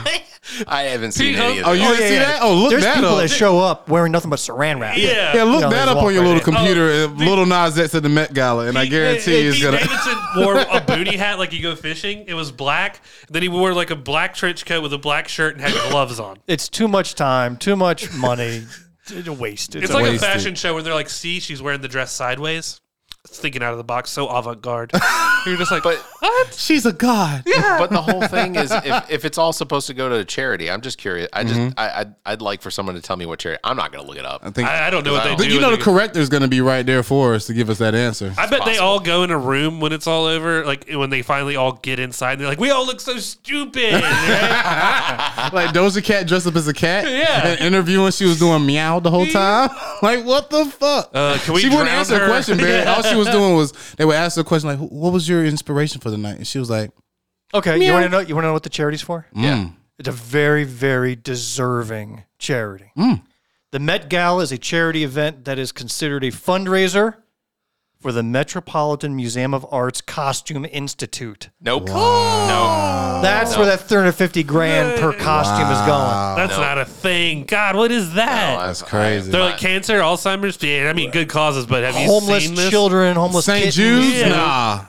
S1: I haven't seen
S2: People-
S1: any of
S4: oh,
S1: that.
S4: you didn't see that? Oh, look
S3: There's
S4: that
S3: people
S4: up.
S3: that show up wearing nothing but saran wrap.
S2: yeah.
S4: Yeah, look
S3: Yeah,
S4: that
S3: just
S4: up
S3: walk
S4: on your
S3: right
S4: little
S3: in.
S4: computer.
S2: Oh,
S4: and little Nas X at the Met Gala, and I guarantee you it's
S2: Pete
S4: gonna.
S2: Davidson wore a booty hat like you go fishing. It was black. Then he wore like a black trench coat with a black shirt and had gloves on.
S3: It's too much time, too much money. It's a waste.
S2: It's
S3: a
S2: like
S3: waste.
S2: a
S4: wasted.
S2: fashion show where they're like, "See, she's wearing the dress sideways." It's thinking out of the box, so avant-garde. You're just like,
S1: But-
S2: what?
S4: She's a god.
S1: But the whole thing is, if, if it's all supposed to go to a charity, I'm just curious. I just,
S4: Mm-hmm.
S1: I, I'd, I'd like for someone to tell me what charity. I'm not going to look it up.
S4: I think.
S2: I, I don't know what
S1: I
S2: they
S1: don't-
S2: do.
S4: but you know the
S2: with it.
S4: corrector's going to be right there for us to give us that answer.
S2: I bet they
S1: possible.
S2: all go in a room when it's all over. Like when they finally all get inside, they're like, "We all look so stupid." right?
S4: like Doja Cat dressed up as a cat,
S2: Yeah.
S4: and interviewing she was doing meow the whole time. like what the fuck?
S2: Uh, can we
S4: she wouldn't
S2: drown
S4: answer
S2: her?
S4: a question, man.
S2: Yeah.
S4: All she was doing was they would ask her a question like, "Wh- "What was your inspiration for the night?" And she was like,
S3: Okay, you want to know? You want to know what the charity's for?
S1: Yeah.
S3: It's a very, very deserving charity.
S1: Mm.
S3: The Met Gala is a charity event that is considered a fundraiser for the Metropolitan Museum of Art's Costume Institute.
S1: Nope. No.
S3: That's
S1: No.
S3: where that 350 grand per costume is going.
S2: That's not a thing. God, what is that?
S1: No,
S4: "That's
S1: I-
S4: crazy."
S2: they're like cancer, Alzheimer's. Yeah, I mean, good causes, but have you
S3: Homeless
S2: seen this?
S3: children, homeless
S4: St.
S3: kittens.
S4: Jude's,
S2: Yeah.
S4: nah.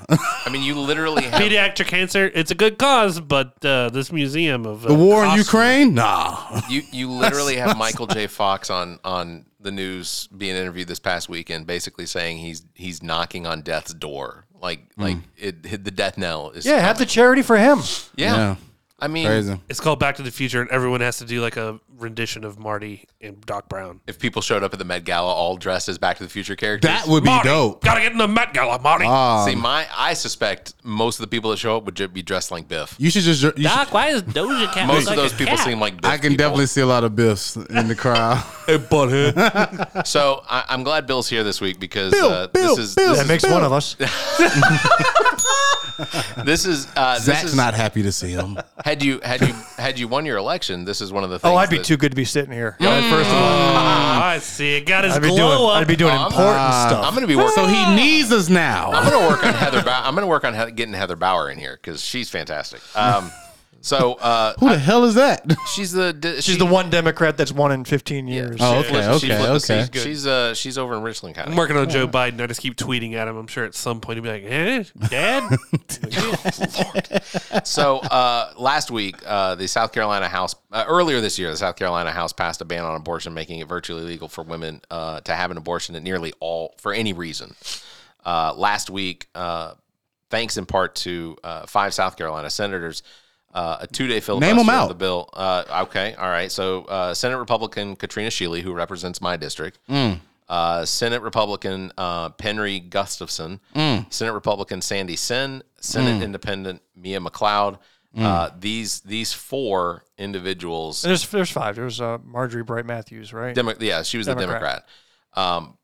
S1: I mean, you literally have
S2: Pediatric cancer. It's a good cause, but uh, this museum of uh,
S4: the war in
S2: costumes-
S4: Ukraine, nah.
S1: You you literally have Michael J. Fox on on the news being interviewed this past weekend, basically saying he's he's knocking on death's door, like
S4: Hmm.
S1: like it, the death knell is
S3: Yeah, have the charity for him.
S1: yeah.
S4: Yeah.
S1: I mean,
S4: Crazy.
S2: It's called Back to the Future, and everyone has to do like a rendition of Marty and Doc Brown.
S1: if people showed up at the Met Gala all dressed as Back to the Future characters,
S4: That would be
S2: Marty,
S4: dope.
S2: gotta get in the Met Gala, Marty.
S4: Um,
S1: see my I suspect most of the people that show up would ju- be dressed like Biff.
S4: you should just. You should-
S2: why is Doja Cat?
S1: Most of those people seem like Biff
S4: I can
S1: people.
S4: definitely see a lot of biffs in the crowd.
S1: So I, I'm glad Bill's here this week because uh,
S4: Bill,
S1: this is
S4: Bill.
S1: this
S4: That
S1: is,
S3: That makes one of us.
S1: this is uh, this
S4: Zach's
S1: is-
S4: not happy to see him.
S1: had you had you had you won your election. This is one of the things.
S3: Oh, I'd be
S1: that-
S3: too good to be sitting here.
S1: Mm.
S3: First of all,
S2: Ah, I see. It got his
S3: I'd be
S2: glow
S3: doing,
S2: up.
S3: I'd be doing
S1: I'm-
S3: important stuff.
S1: I'm going to be working.
S4: So
S3: Oh.
S4: he needs us now.
S1: I'm gonna work on Heather. Bow- I'm gonna work on he- getting Heather Bauer in here because she's fantastic. Um, So uh,
S4: Who the hell is that?
S1: She's the di-
S3: She's
S1: she-
S3: the one Democrat that's won in 15 years.
S4: Oh, okay,
S1: flips- she
S4: okay,
S1: flips the
S4: okay.
S1: seat. She's, uh she's over in Richland County.
S2: I'm working on Joe Biden. I just keep tweeting at him. I'm sure at some point he'll be like, "Eh, Dad."
S1: so uh, last week, uh, the South Carolina House, uh, earlier this year, the South Carolina House passed a ban on abortion, making it virtually legal for women uh, to have an abortion at nearly all for any reason. Uh, last week, uh, thanks in part to uh, five South Carolina senators, uh, a two-day filibuster
S4: 'em
S1: of
S4: out.
S1: the bill. Uh, okay, all right. So uh, Senate Republican Katrina Shealy, who represents my district.
S4: Mm.
S1: Uh, Senate Republican uh, Penry Gustafson,
S4: Mm.
S1: Senate Republican Sandy Sin, Senate
S4: Mm.
S1: Independent Mia McLeod. Uh, these these four individuals.
S3: And there's there's five. There's uh, Marjorie Bright Matthews, right?
S1: Demo- yeah, she was the
S3: Democrat.
S1: Democrat. Um,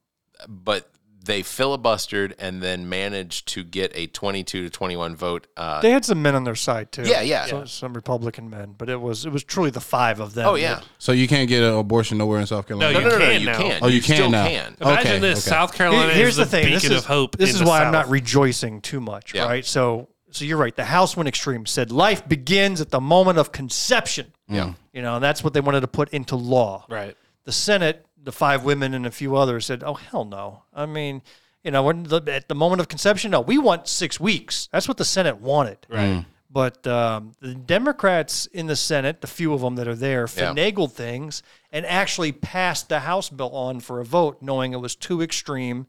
S1: but they filibustered and then managed to get a 22 to 21 vote. Uh,
S3: They had some men on their side too.
S1: Yeah, yeah.
S3: So- some Republican men, but it was it was truly the five of them.
S1: oh yeah,
S4: So you can't get an abortion nowhere in South Carolina.
S1: No, you No, no, no, can you now. can't.
S4: Oh, you,
S1: You
S4: can
S1: still
S4: now.
S1: can.
S2: Imagine
S4: okay,
S2: this:
S4: okay.
S2: South Carolina
S3: Here's
S2: is
S3: the
S2: the,
S3: thing.
S2: beacon
S3: this is,
S2: of hope.
S3: This
S2: in
S3: is
S2: the
S3: why
S2: South.
S3: I'm not rejoicing too much,
S1: Yeah.
S3: right? So, so you're right. The House went extreme. Said life begins at the moment of conception.
S1: Yeah.
S3: You know, and that's what they wanted to put into law.
S2: Right.
S3: The Senate, the five women and a few others said, "Oh hell no! I mean, you know, when the, at the moment of conception, no, we want six weeks. That's what the Senate wanted."
S1: Mm.
S4: Right.
S3: But um, the Democrats in the Senate, the few of them that are there,
S1: Yeah.
S3: finagled things and actually passed the House bill on for a vote, knowing it was too extreme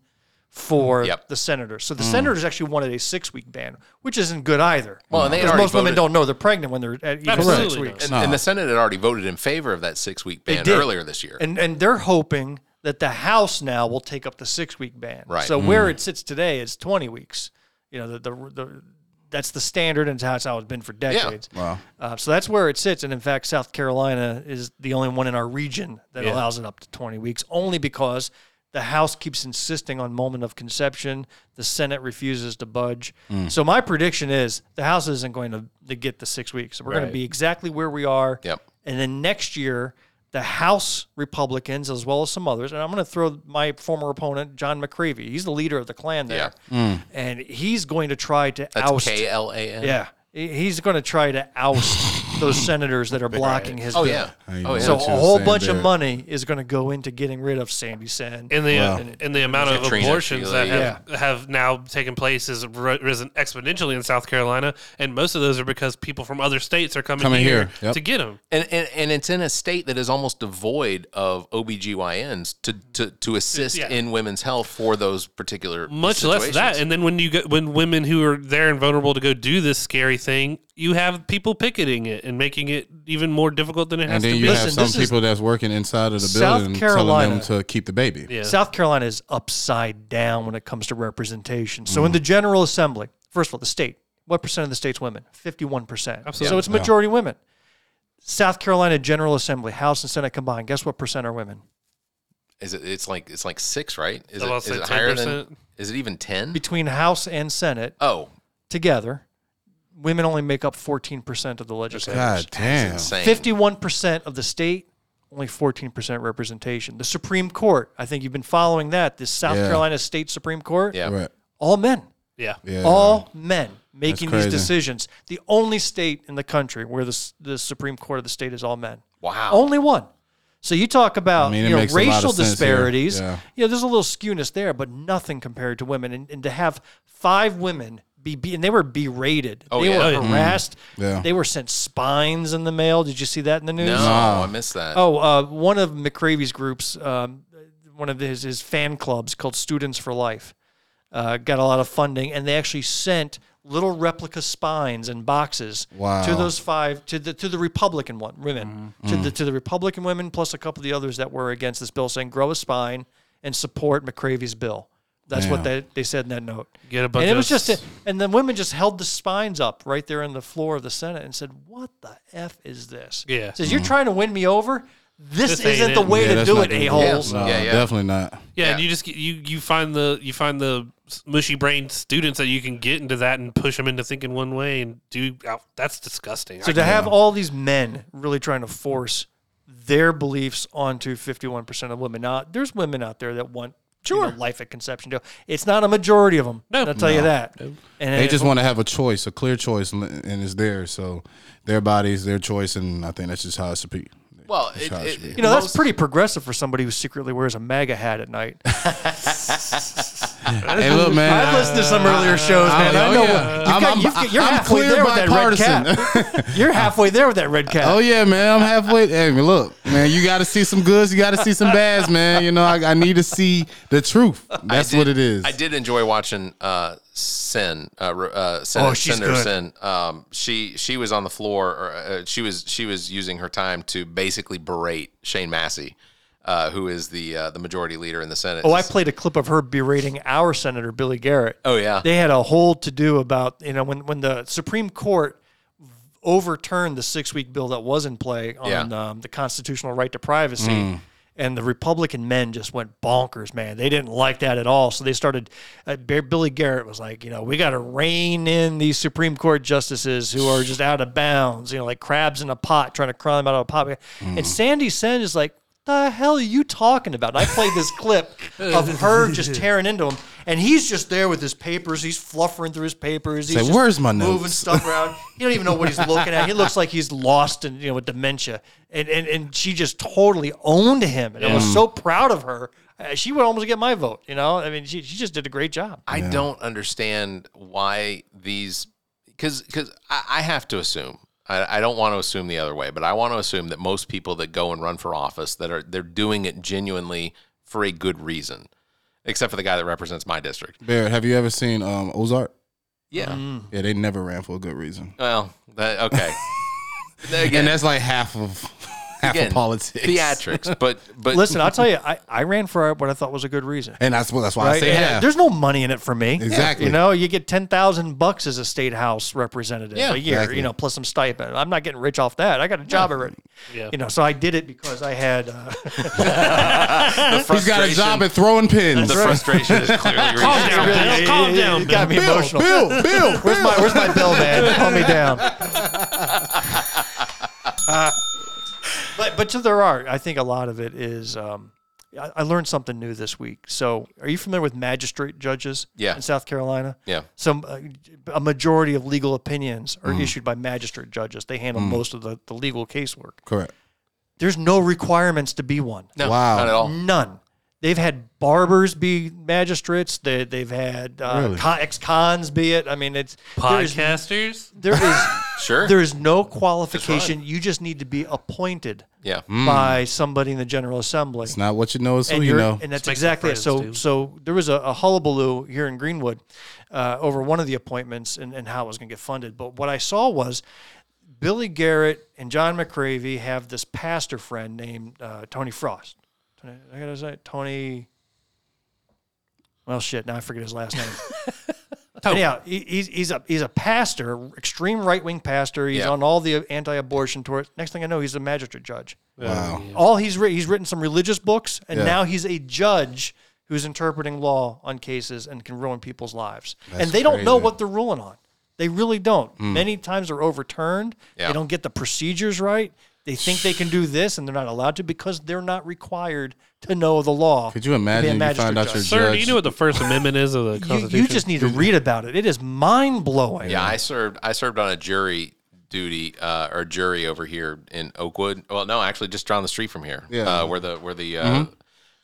S3: for
S1: Yep. Mm.
S3: the senators. So the senators actually wanted a six-week ban, which isn't good either.
S1: Well, and they had
S3: 'Cause
S1: already
S3: most women
S1: voted-
S3: don't know they're pregnant when they're at even six
S2: Absolutely
S3: weeks.
S1: And, and the Senate had already voted in favor of that six week
S3: They
S1: ban
S3: did.
S1: earlier this year.
S3: and and they're hoping that the House now will take up the six-week ban.
S1: Right. Mm.
S3: So where it sits today is twenty weeks. You know, the the, the that's the standard, and it's how it's always been for decades.
S4: Wow.
S3: Uh, so that's where it sits. And in fact, South Carolina is the only one in our region that
S2: Yeah.
S3: allows it up to 20 weeks, only because the House keeps insisting on moment of conception. The Senate refuses to budge.
S1: Hmm.
S3: So my prediction is the House isn't going to, to get the six weeks. We're going
S2: Right.
S3: to be exactly where we are.
S1: Yep.
S3: And then next year, the House Republicans, as well as some others, and I'm going to throw my former opponent, John McCreevy. He's the leader of the Klan there. And he's going to try to
S1: Hmm. That's
S3: oust.
S1: K L A N.
S3: Yeah, He- he's going to try to oust those senators that are blocking his.
S1: Oh
S3: bill.
S1: yeah.
S4: I
S1: Oh yeah.
S3: So a
S4: What you were
S3: whole
S4: saying
S3: bunch of
S4: there.
S3: money is going to go into getting rid of Sandy Sen.
S2: And the
S4: Wow.
S2: and, and the amount of
S1: Katrina,
S2: abortions that
S1: Sheila,
S2: have, have now taken place has ri- risen exponentially in South Carolina, and most of those are because people from other states are coming,
S4: Coming
S2: here,
S4: here, yep.
S2: to get them.
S1: and, and and it's in a state that is almost devoid of OBGYNs to to, to assist
S2: Yeah.
S1: in women's health for those particular
S2: Much less
S1: situations.
S2: that, and then when you get when women who are there and vulnerable to go do this scary thing, you have people picketing it and making it even more difficult than it has
S4: And then
S2: to
S4: you
S2: be.
S3: Listen,
S4: have
S3: this
S4: some
S3: is-
S4: people that's working inside of the
S3: South
S4: building
S3: Carolina-
S4: telling them to keep the baby.
S2: yeah.
S3: South Carolina is upside down when it comes to representation. So in the General Assembly, first of all, the state, what percent of the state's women? 51%.
S2: Absolutely.
S3: So it's majority women. South Carolina General Assembly, House and Senate combined, guess what percent are women?
S1: Is it, it's like it's like six, right? Is it,
S2: I'll
S1: is
S2: say
S1: it higher than?
S2: 10%.
S1: Is it even ten?
S3: Between House and Senate
S1: Oh,
S3: together, women only make up 14% of the legislators.
S4: God damn.
S1: insane.
S3: Fifty-one percent of the state, only fourteen percent representation. The Supreme Court, I think you've been following that. The South
S4: Yeah.
S3: Carolina State Supreme Court,
S1: Yeah.
S4: Right.
S3: all men,
S2: yeah,
S4: Yeah.
S3: all men making these
S4: crazy.
S3: decisions. The only state in the country where the s- the Supreme Court of the state is all men.
S1: Wow.
S3: Only one. So you talk about
S4: I mean, it
S3: you know,
S4: makes a lot of
S3: racial
S4: sense here.
S3: disparities.
S4: Yeah.
S3: You know, there's a little skewness there, but nothing compared to women. And, and to have five women be, be and they were berated.
S1: Oh,
S3: they
S1: yeah.
S3: were
S1: Oh, yeah.
S3: harassed.
S4: Mm. Yeah.
S3: They were sent spines in the mail. Did you see that in the news?
S1: no, I missed that.
S3: Oh, uh, one of McCravy's groups, um, one of his, his fan clubs called Students for Life, uh, got a lot of funding, and they actually sent little replica spines and boxes
S4: Wow.
S3: to those five to the to the Republican one women to the to the Republican women plus a couple of the others that were against this bill, saying grow a spine and support McCravy's bill. That's what they, they said in that note.
S2: Get a bunch
S3: and it was
S2: of-
S3: just, a, and the women just held the spines up right there in the floor of the Senate and said, "What the f is this?"
S2: Yeah.
S3: says you're trying to win me over. This,
S2: This ain't
S3: isn't the
S2: it.
S3: way
S4: Mm-hmm. Yeah,
S3: to
S4: that's
S3: do
S4: not
S3: it,
S4: gonna-
S3: a holes.
S1: Yeah.
S4: No,
S1: Yeah, yeah.
S4: Definitely not.
S2: yeah,
S1: Yeah.
S2: And you just get- you you find the you find the mushy brain students that you can get into that and push them into thinking one way and do oh, that's disgusting.
S3: So
S2: I
S3: to have all these men really trying to force their beliefs onto 51% of women. Now, there's women out there that want sure. life at conception deal. It's not a majority of them. I'll tell you
S4: No.
S3: that.
S4: they just want to have a choice, a clear choice, and and it's there. So their bodies, their choice, and I think that's just how it should be.
S1: Well,
S4: That's
S1: it,
S4: how it
S1: it,
S4: should be.
S3: You know, that's pretty progressive for somebody who secretly wears a MAGA hat at night.
S4: Hey, look, man.
S3: I've listened to some earlier shows, man. I,
S4: oh, yeah.
S3: know. what- you've
S4: I'm-
S3: got-
S4: I'm-
S3: you've got- you're
S4: I'm
S3: halfway
S4: clear
S3: there with that red
S4: bipartisan.
S3: cat. You're halfway there with that red cat.
S4: Oh yeah, man. I'm halfway. Hey, man, look, man. You got to see some goods. You got to see some bads, man. You know, I, I need to see the truth. That's
S1: did-
S4: what it is.
S1: I did enjoy watching uh, Sin, uh, Re- uh, Sin,
S4: Oh, she's
S1: Senator
S4: good.
S1: Sin. Um, she she was on the floor. Or, uh, she was she was using her time to basically berate Shane Massey, uh, who is the uh, the majority leader in the Senate.
S3: Oh, I played a clip of her berating our senator Billy Garrett.
S1: Oh, yeah.
S3: they had a whole to do about you know when when the Supreme Court overturned the six week bill that was in play on
S1: Yeah.
S3: um, the constitutional right to privacy.
S4: Mm.
S3: And the Republican men just went bonkers, man. They didn't like that at all. So they started. Uh, Bar- Billy Garrett was like, you know, we got to rein in these Supreme Court justices who are just out of bounds, you know, like crabs in a pot, trying to crawl them out of a pot. And Sandy Sen is like, the hell are you talking about? And I played this clip of her just tearing into him, and he's just there with his papers. He's fluffering through his papers. He's
S4: Say,
S3: just
S4: "Where's my
S3: moving
S4: notes?"
S3: stuff around. You don't even know what he's looking at. He looks like he's lost and you know with dementia. And and and she just totally owned him, and I was
S1: Yeah.
S3: so proud of her. Uh, She would almost get my vote. You know, I mean, she she just did a great job.
S1: I don't understand why these because because I, I have to assume I, I don't want to assume the other way, but I want to assume that most people that go and run for office that are they're doing it genuinely for a good reason, except for the guy that represents my district.
S4: Barrett, have you ever seen um, Ozark?
S1: Yeah.
S4: Yeah, they never ran for a good reason.
S1: Well, that, okay.
S4: and that's like half of half
S1: Again,
S4: of politics.
S1: theatrics, but but
S3: listen, I'll tell you, I, I ran for what I thought was a good reason.
S4: And that's what that's why I
S3: Right?
S4: say
S3: And, uh,
S4: half.
S3: There's no money in it for me.
S4: Exactly.
S3: You know, you get ten thousand bucks as a state house representative
S4: Yeah,
S3: a year.
S4: exactly.
S3: You know, plus some stipend. I'm not getting rich off that. I got a job already.
S2: Yeah.
S3: You know, so I did it because I had. Uh,
S4: He's got a job at throwing pins.
S1: the frustration is clearly real.
S2: Calm down, Bill. Calm down,
S3: It got me
S4: Bill,
S3: emotional.
S4: Bill, Bill, Bill.
S3: Where's my Where's my bill, man? Calm me down. Uh, but but to there are. I think a lot of it is. Um, I, I learned something new this week. So, are you familiar with magistrate judges?
S1: Yeah.
S3: In South Carolina.
S1: Yeah. Mm-hmm.
S3: Some uh, a majority of legal opinions are issued by magistrate judges. They handle
S4: Mm.
S3: most of the, the legal casework.
S4: Correct.
S3: There's no requirements to be one.
S1: No,
S4: Wow.
S1: not at all.
S3: None. They've had barbers be magistrates. They, they've had uh,
S4: Really?
S3: con- ex-cons be it. I mean, it's there is
S2: Podcasters?
S3: there is
S1: Sure.
S3: there is no qualification. You just need to be appointed
S1: yeah.
S3: by somebody in the General Assembly.
S4: It's not what you know, it's who
S3: and
S4: you
S3: you're-
S4: know.
S3: and that's
S2: Let's make some
S3: exactly it.
S2: friends,
S3: So,
S2: dude.
S3: so there was a, a hullabaloo here in Greenwood uh, over one of the appointments and, and how it was going to get funded. But what I saw was Billy Garrett and John McCravey have this pastor friend named uh, Tony Frost. Tony, I gotta say, Tony. Well, shit. Now I forget his last name. Yeah, he, he's he's a he's a pastor, extreme right wing pastor. He's
S1: Yeah.
S3: on all the anti-abortion tours. Next thing I know, he's a magistrate judge.
S4: Wow.
S3: All he's written, he's written some religious books, and
S4: Yeah.
S3: now he's a judge who's interpreting law on cases and can ruin people's lives. and they don't know
S4: crazy. Hmm.
S3: what they're ruling on. They really don't. Many times they're overturned.
S1: Yeah.
S3: They don't get the procedures right. They think they can do this, and they're not allowed to because they're not required to know the law.
S4: Could you imagine if you
S3: magistrate
S4: found out
S3: judge.
S4: your
S2: Sir, do
S4: judge?
S2: you know what the First Amendment is of the
S3: You,
S2: Constitution?
S3: you just need to read about it. It is mind blowing.
S1: Yeah, I served. I served on a jury duty uh, or jury over here in Oakwood. Well, no, actually, just down the street from here.
S4: Yeah.
S1: uh, where the where the uh,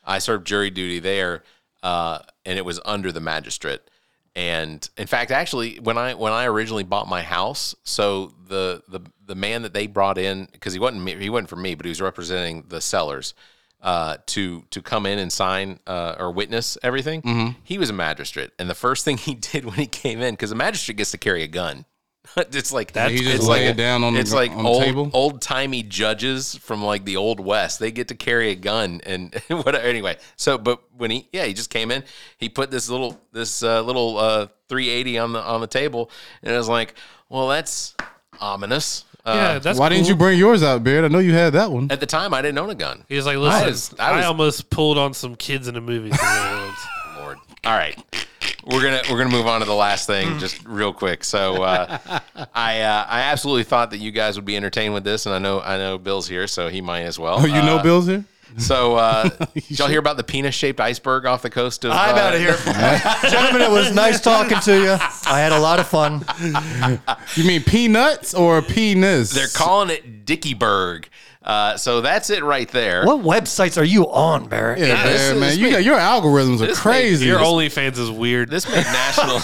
S1: I served jury duty there, uh, and it was under the magistrate. And in fact, actually, when I when I originally bought my house, so the the the man that they brought in because he wasn't me- he wasn't for me, but he was representing the sellers. Uh, to to come in and sign uh, or witness everything, he was a magistrate, and the first thing he did when he came in, because a magistrate gets to carry a gun, it's like that.
S4: you just
S1: it's
S4: lay
S1: like-
S4: it down on the
S1: It's
S4: gr-
S1: like
S4: on the
S1: old
S4: table?
S1: old timey judges from like the old west. They get to carry a gun and whatever. Anyway, so but when he yeah he just came in, he put this little this uh, little uh, 380 on the on the table, and it was like, well, that's ominous.
S2: Yeah,
S1: Uh,
S2: that's
S4: Why didn't you
S2: cool.
S4: bring yours out, Beard? I know you had that one.
S1: at the time, I didn't own a gun.
S2: He was like, listen, I,
S1: was- I was-
S2: almost pulled on some kids in the movie. theater once."
S1: Lord. All right. We're gonna we're gonna move on to the last
S3: Hmm.
S1: thing just real quick. So uh, I uh, I absolutely thought that you guys would be entertained with this, and I know I know Bill's here, so he might as well.
S4: Oh, you know
S1: Uh,
S4: Bill's here?
S1: So, uh, did y'all hear about the penis shaped iceberg off the coast of?
S3: I'm
S1: uh,
S3: outta here. Gentlemen, it was nice talking to you. I had a lot of fun.
S4: you mean peanuts or penis?
S1: They're calling it Dickieberg. Uh, so that's it right there.
S3: What websites are you on, Barrett?
S4: Yeah, Barrett, man, you got your algorithms are
S1: this
S4: crazy.
S2: Your OnlyFans is weird.
S1: This made national.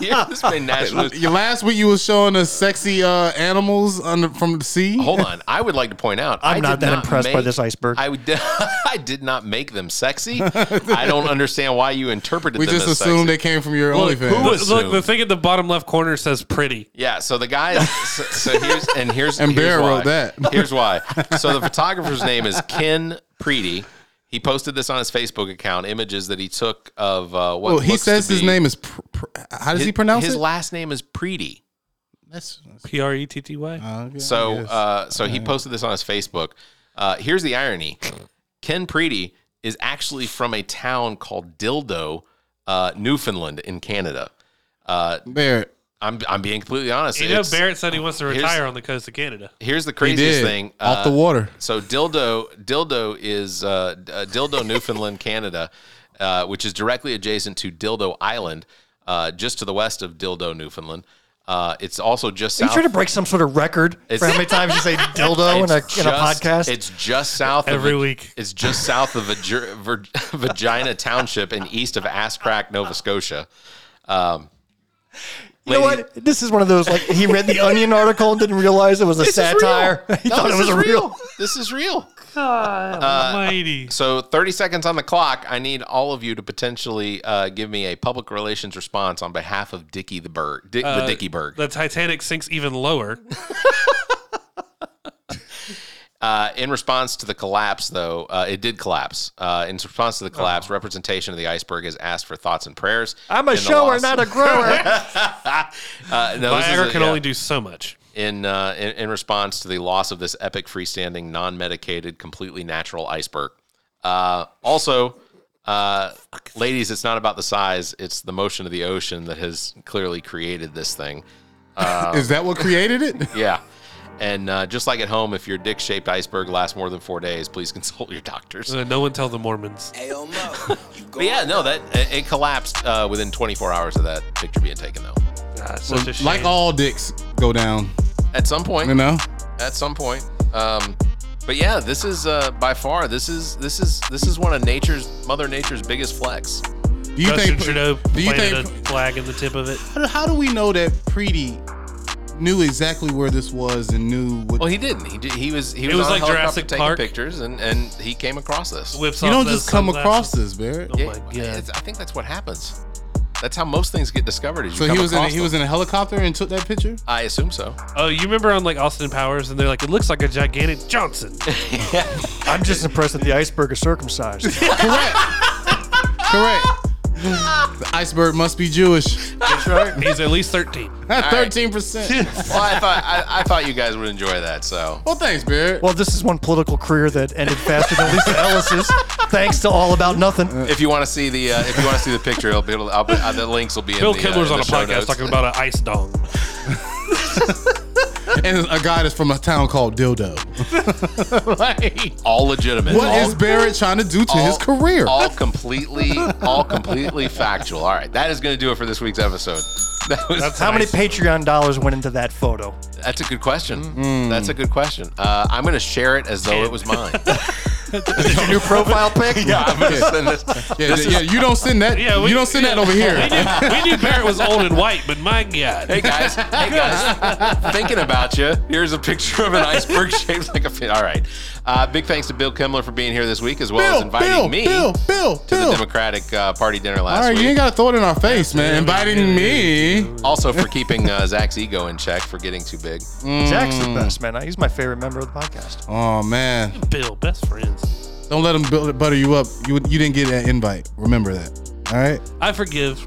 S1: yeah, this made national.
S4: Your last week you was showing us sexy uh, animals under, from the sea.
S1: Hold on, I would like to point out.
S3: I'm
S1: I
S3: not
S1: did
S3: that impressed by
S1: make-
S3: this iceberg.
S1: I would. I did not make them sexy. I don't understand why you interpreted.
S4: We
S1: them
S4: just
S1: as
S4: assumed
S1: sexy.
S4: they came from your
S2: Look,
S4: OnlyFans.
S1: who
S2: look, look, the
S1: assumed?
S2: thing at the bottom left corner says pretty.
S1: Yeah, so the guy, so, so here's and here's
S4: And
S1: here's
S4: Bear
S1: why.
S4: wrote that.
S1: Here's why. So the photographer's name is Ken Preedy. He posted this on his Facebook account, images that he took of uh, what
S4: Well, he
S1: looks
S4: says
S1: to
S4: his
S1: be-
S4: name is. Pr- pr- how does
S1: his,
S4: he pronounce
S1: his
S4: it?
S1: last name is Preedy.
S4: That's- that's-
S2: P R E T T Y.
S4: uh, yeah, I
S1: So,
S4: guess.
S1: uh, so he posted this on his Facebook. Uh, here's the irony: Ken Preedy is actually from a town called Dildo, uh, Newfoundland, in Canada. Uh,
S4: Barrett,
S1: I'm I'm being completely honest.
S2: You know,
S1: It's-
S2: Barrett said he wants to
S1: here's-
S2: retire on the coast of Canada.
S1: here's the
S4: he
S1: craziest
S4: did
S1: thing:
S4: off the
S1: uh,
S4: water.
S1: So dildo, dildo is uh, d- uh, dildo Newfoundland, Canada, uh, which is directly adjacent to Dildo Island, uh, just to the west of Dildo Newfoundland. Uh, it's also just
S3: Are you
S1: south.
S3: trying to break some sort of record
S1: It's-
S3: for how many times you say dildo Oh, in a,
S1: it's
S3: in a
S1: just-
S3: podcast?
S1: It's just south
S2: Every
S1: of,
S2: week.
S1: It's just south of Vagi- Vir- Vagina Township and east of Asscrack, Nova Scotia. Um,
S3: you know
S1: lady-
S3: what? This is one of those like he read the Onion article and didn't realize it was a
S1: This is real.
S3: satire. he
S1: No,
S3: thought it
S1: this
S3: was
S1: is
S3: a real.
S1: This is real.
S2: God
S1: Uh,
S2: almighty.
S1: So 30 seconds on the clock. I need all of you to potentially uh, give me a public relations response on behalf of Dickie the Bird, Dick, the
S2: Uh,
S1: Dickie Bird.
S2: The Titanic sinks even lower.
S1: Uh, in response to the collapse, though, uh, it did collapse. Uh, in response to the collapse, representation of the iceberg has asked for thoughts and prayers.
S3: Oh. I'm a
S1: in the
S3: shower,
S1: loss-
S3: not a grower.
S1: Uh, no, this is
S2: Viagra
S1: a-
S2: can
S1: yeah.
S2: only do so much.
S1: in, uh, in in response to the loss of this epic freestanding, non-medicated, completely natural iceberg. Uh, also, uh, ladies, it's not about the size; it's the motion of the ocean that has clearly created this thing. uh,
S4: is that what created it?
S1: Yeah, and uh, just like at home, if your dick-shaped iceberg lasts more than four days, please consult your doctors.
S2: Uh, no one tell the Mormons.
S1: But yeah, no, that it, it collapsed uh, within 24 hours of that picture being taken, though.
S2: Ah, such a shame.
S4: like all dicks go down.
S1: At some point,
S4: You know,
S1: at some point. Um, but yeah, this is uh, by far this is this is this is one of nature's mother nature's biggest flex.
S4: do you
S2: Justin
S4: think?
S2: Trudeau
S4: do you
S2: planted
S4: think?
S2: a flag in the tip of it?
S4: How do, how do we know that Preeti knew exactly where this was and knew what?
S2: Oh,
S1: Well, he didn't. He did, he was he
S2: It
S1: was,
S2: was
S1: on
S2: like
S1: a helicopter
S2: Jurassic
S1: taking
S2: Park.
S1: pictures and and he came across this.
S2: Whips
S4: you
S2: off
S4: don't
S2: those
S4: just come
S2: sunglasses.
S4: across this, Barrett.
S2: Oh
S1: Yeah,
S2: my god.
S1: it's- I think that's what happens. That's how most things get discovered. Is you
S4: So
S1: come
S4: he was in a,
S1: across
S4: he was
S1: them.
S4: in a helicopter and took that picture.
S1: I assume so.
S2: Oh, you remember on like Austin Powers, and they're like, it looks like a gigantic Johnson.
S3: I'm just impressed that the iceberg is circumcised.
S4: Correct. Correct. The iceberg must be Jewish.
S2: That's right. He's at least thirteen.
S4: Thirteen percent.
S1: Well, I thought I, I thought you guys would enjoy that. So
S4: Well, thanks, Barrett.
S3: Well, this is one political career that ended faster than Lisa Ellis's, thanks to All About Nothing.
S1: if you want to see the uh, if you want to see the picture, it'll be it'll, I'll, uh, the links will be
S2: Bill
S1: in the, uh,
S2: Kibler's
S1: in
S2: on
S1: the
S2: a
S1: show
S2: podcast
S1: notes.
S2: talking about an ice dong.
S4: and a guy that's from a town called Dildo.
S1: all legitimate.
S4: What
S1: all,
S4: is Barrett trying to do to his career?
S1: All completely, all completely factual. All right, that is going to do it for this week's episode. That was that's,
S3: How many Patreon dollars went into that photo?
S1: a good question.
S4: Mm.
S1: That's a good question. Uh, I'm going to share it as though it was mine.
S3: Your new profile pic?
S1: yeah, I'm going to send this.
S4: yeah, yeah, you don't send that.
S2: Yeah, we-
S4: you don't send that over here.
S2: We knew, we knew Barrett was old and white, but my god,
S1: Hey guys, hey guys, thinking about you. Here's a picture of an iceberg shaped like a fin. All right, uh, big thanks to Bill Kimmler for being here this week, as well as
S4: Bill,
S1: inviting
S4: Bill,
S1: me
S4: Bill, Bill,
S1: to the
S4: Bill.
S1: Democratic uh, Party dinner last
S4: All right,
S1: week.
S4: you ain't got to throw it in our face, man. Inviting me.
S1: also for keeping uh, Zach's ego in check for getting too big.
S3: Jack's the best, man. He's my favorite member of the podcast.
S4: Oh man,
S2: Bill, best friends.
S4: don't let him build, butter you up. You you didn't get that invite. Remember that. All right.
S2: I forgive.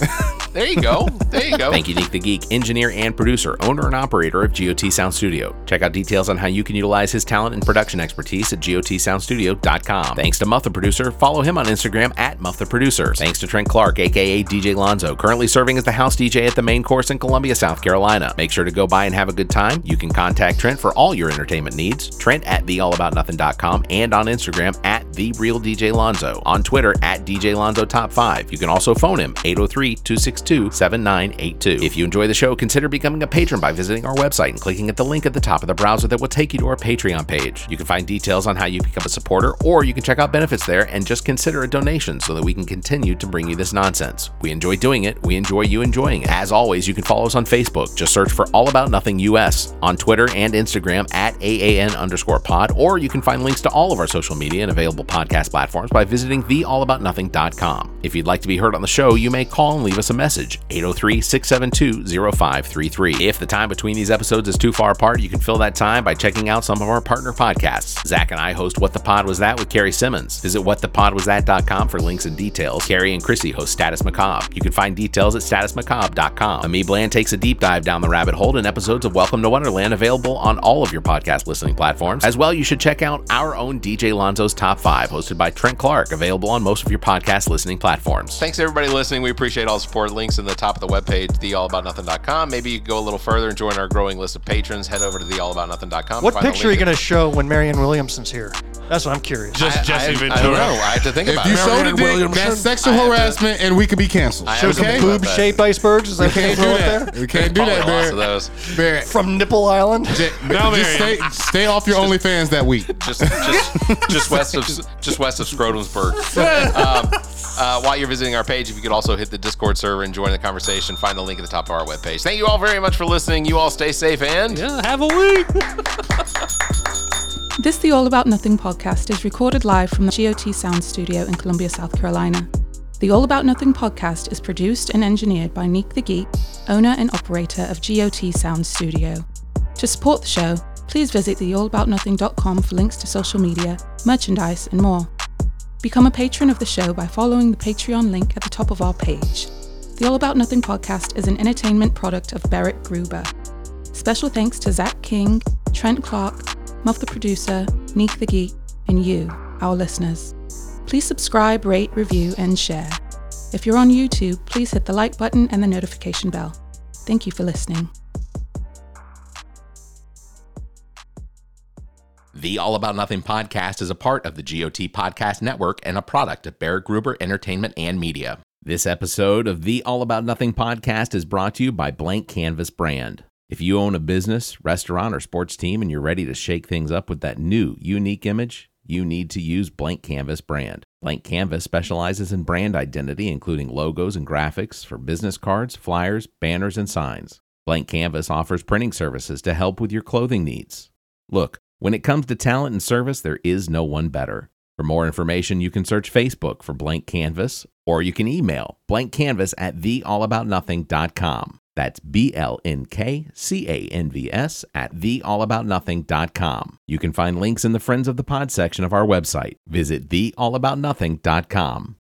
S1: There you go. There you go.
S5: Thank you, Nick the Geek, engineer and producer, owner and operator of GOT Sound Studio. Check out details on how you can utilize his talent and production expertise at GOTSoundstudio.com. Thanks to Muff the Producer. Follow him on Instagram at Muff the Producer. Thanks to Trent Clark, aka DJ Lonzo, currently serving as the house DJ at the main course in Columbia, South Carolina. Make sure to go by and have a good time. You can contact Trent for all your entertainment needs. Trent at theallaboutnothing.com and on Instagram at
S1: The Real DJ Lonzo, on Twitter at DJ Lonzo Top 5. You can also phone him 803 262 7982. If you enjoy the show, consider becoming a patron by visiting our website and clicking at the link at the top of the browser that will take you to our Patreon page. You can find details on how you become a supporter, or you can check out benefits there and just consider a donation so that we can continue to bring you this nonsense. We enjoy doing it, we enjoy you enjoying it. As always, you can follow us on Facebook. Just search for All About Nothing US on Twitter and Instagram at AAN underscore pod, or you can find links to all of our social media and available podcast platforms by visiting theallaboutnothing.com. If you'd like to be heard on the show, you may call and leave us a message 803 672 0533. If the time between these episodes is too far apart, you can fill that time by checking out some of our partner podcasts. Zach and I host What the Pod Was That with Carrie Simmons. Visit whatthepodwasthat.com for links and details. Carrie and Chrissy host Status Macabre. You can find details at statusmacabre.com. Ami Bland takes a deep dive down the rabbit hole in episodes of Welcome to Wonderland available on all of your podcast listening platforms. As well, you should check out our own DJ Lonzo's Top 5 hosted by Trent Clark, available on most of your podcast listening platforms.
S2: Thanks to everybody listening. We appreciate all the support. Links in the top of the webpage, theallaboutnothing.com. Maybe you could go a little further and join our growing list of patrons. Head over to theallaboutnothing.com.
S3: What picture are you going to show when Marianne Williamson's here? That's what I'm curious.
S2: Just I- Jesse I- I Ventura. don't know. I have to think
S4: if
S2: about
S4: you
S2: it.
S4: sold a
S2: Marianne
S4: dick,
S2: Williamson,
S4: that's sexual
S2: I have to-
S4: harassment, and we could be canceled.
S2: I have
S3: Show
S2: to
S3: some
S2: think about
S3: boob
S2: that.
S3: shaped icebergs. Is
S4: We
S3: that
S4: can't do
S3: what you're
S4: that.
S3: up there?
S4: We can't do
S2: Probably
S4: that,
S2: lots of
S4: Barrett.
S2: those.
S4: Barrett,
S3: From Nipple Island.
S13: No,
S4: just stay,
S13: Marion.
S4: stay off your OnlyFans that week.
S2: just just just west of just west of Scrotumsburg. um, uh, while you're visiting our page, if you could also hit the Discord server and join the conversation, find the link at the top of our webpage. Thank you all very much for listening. You all stay safe and.
S13: Yeah, have a week.
S14: This The All About Nothing podcast is recorded live from the GOT Sound Studio in Columbia, South Carolina. The All About Nothing podcast is produced and engineered by Nick the Geek, owner and operator of GOT Sound Studio. To support the show, please visit theallaboutnothing.com for links to social media, merchandise, and more. Become a patron of the show by following the Patreon link at the top of our page. The All About Nothing podcast is an entertainment product of Barrett Gruber. Special thanks to Zach King, Trent Clark, Muff the Producer, Neek the Geek, and you, our listeners. Please subscribe, rate, review, and share. If you're on YouTube, please hit the like button and the notification bell. Thank you for listening.
S1: The All About Nothing podcast is a part of the GOT Podcast Network and a product of Barrett Gruber Entertainment and Media. This episode of the All About Nothing podcast is brought to you by Blank Canvas Brand. If you own a business, restaurant, or sports team and you're ready to shake things up with that new, unique image, you need to use Blank Canvas Brand. Blank Canvas specializes in brand identity, including logos and graphics for business cards, flyers, banners, and signs. Blank Canvas offers printing services to help with your clothing needs. Look, when it comes to talent and service, there is no one better. For more information, you can search Facebook for Blank Canvas or you can email blankcanvas at theallaboutnothing.com. That's B L N K C A N V S at theallaboutnothing.com. You can find links in the Friends of the Pod section of our website. Visit theallaboutnothing.com.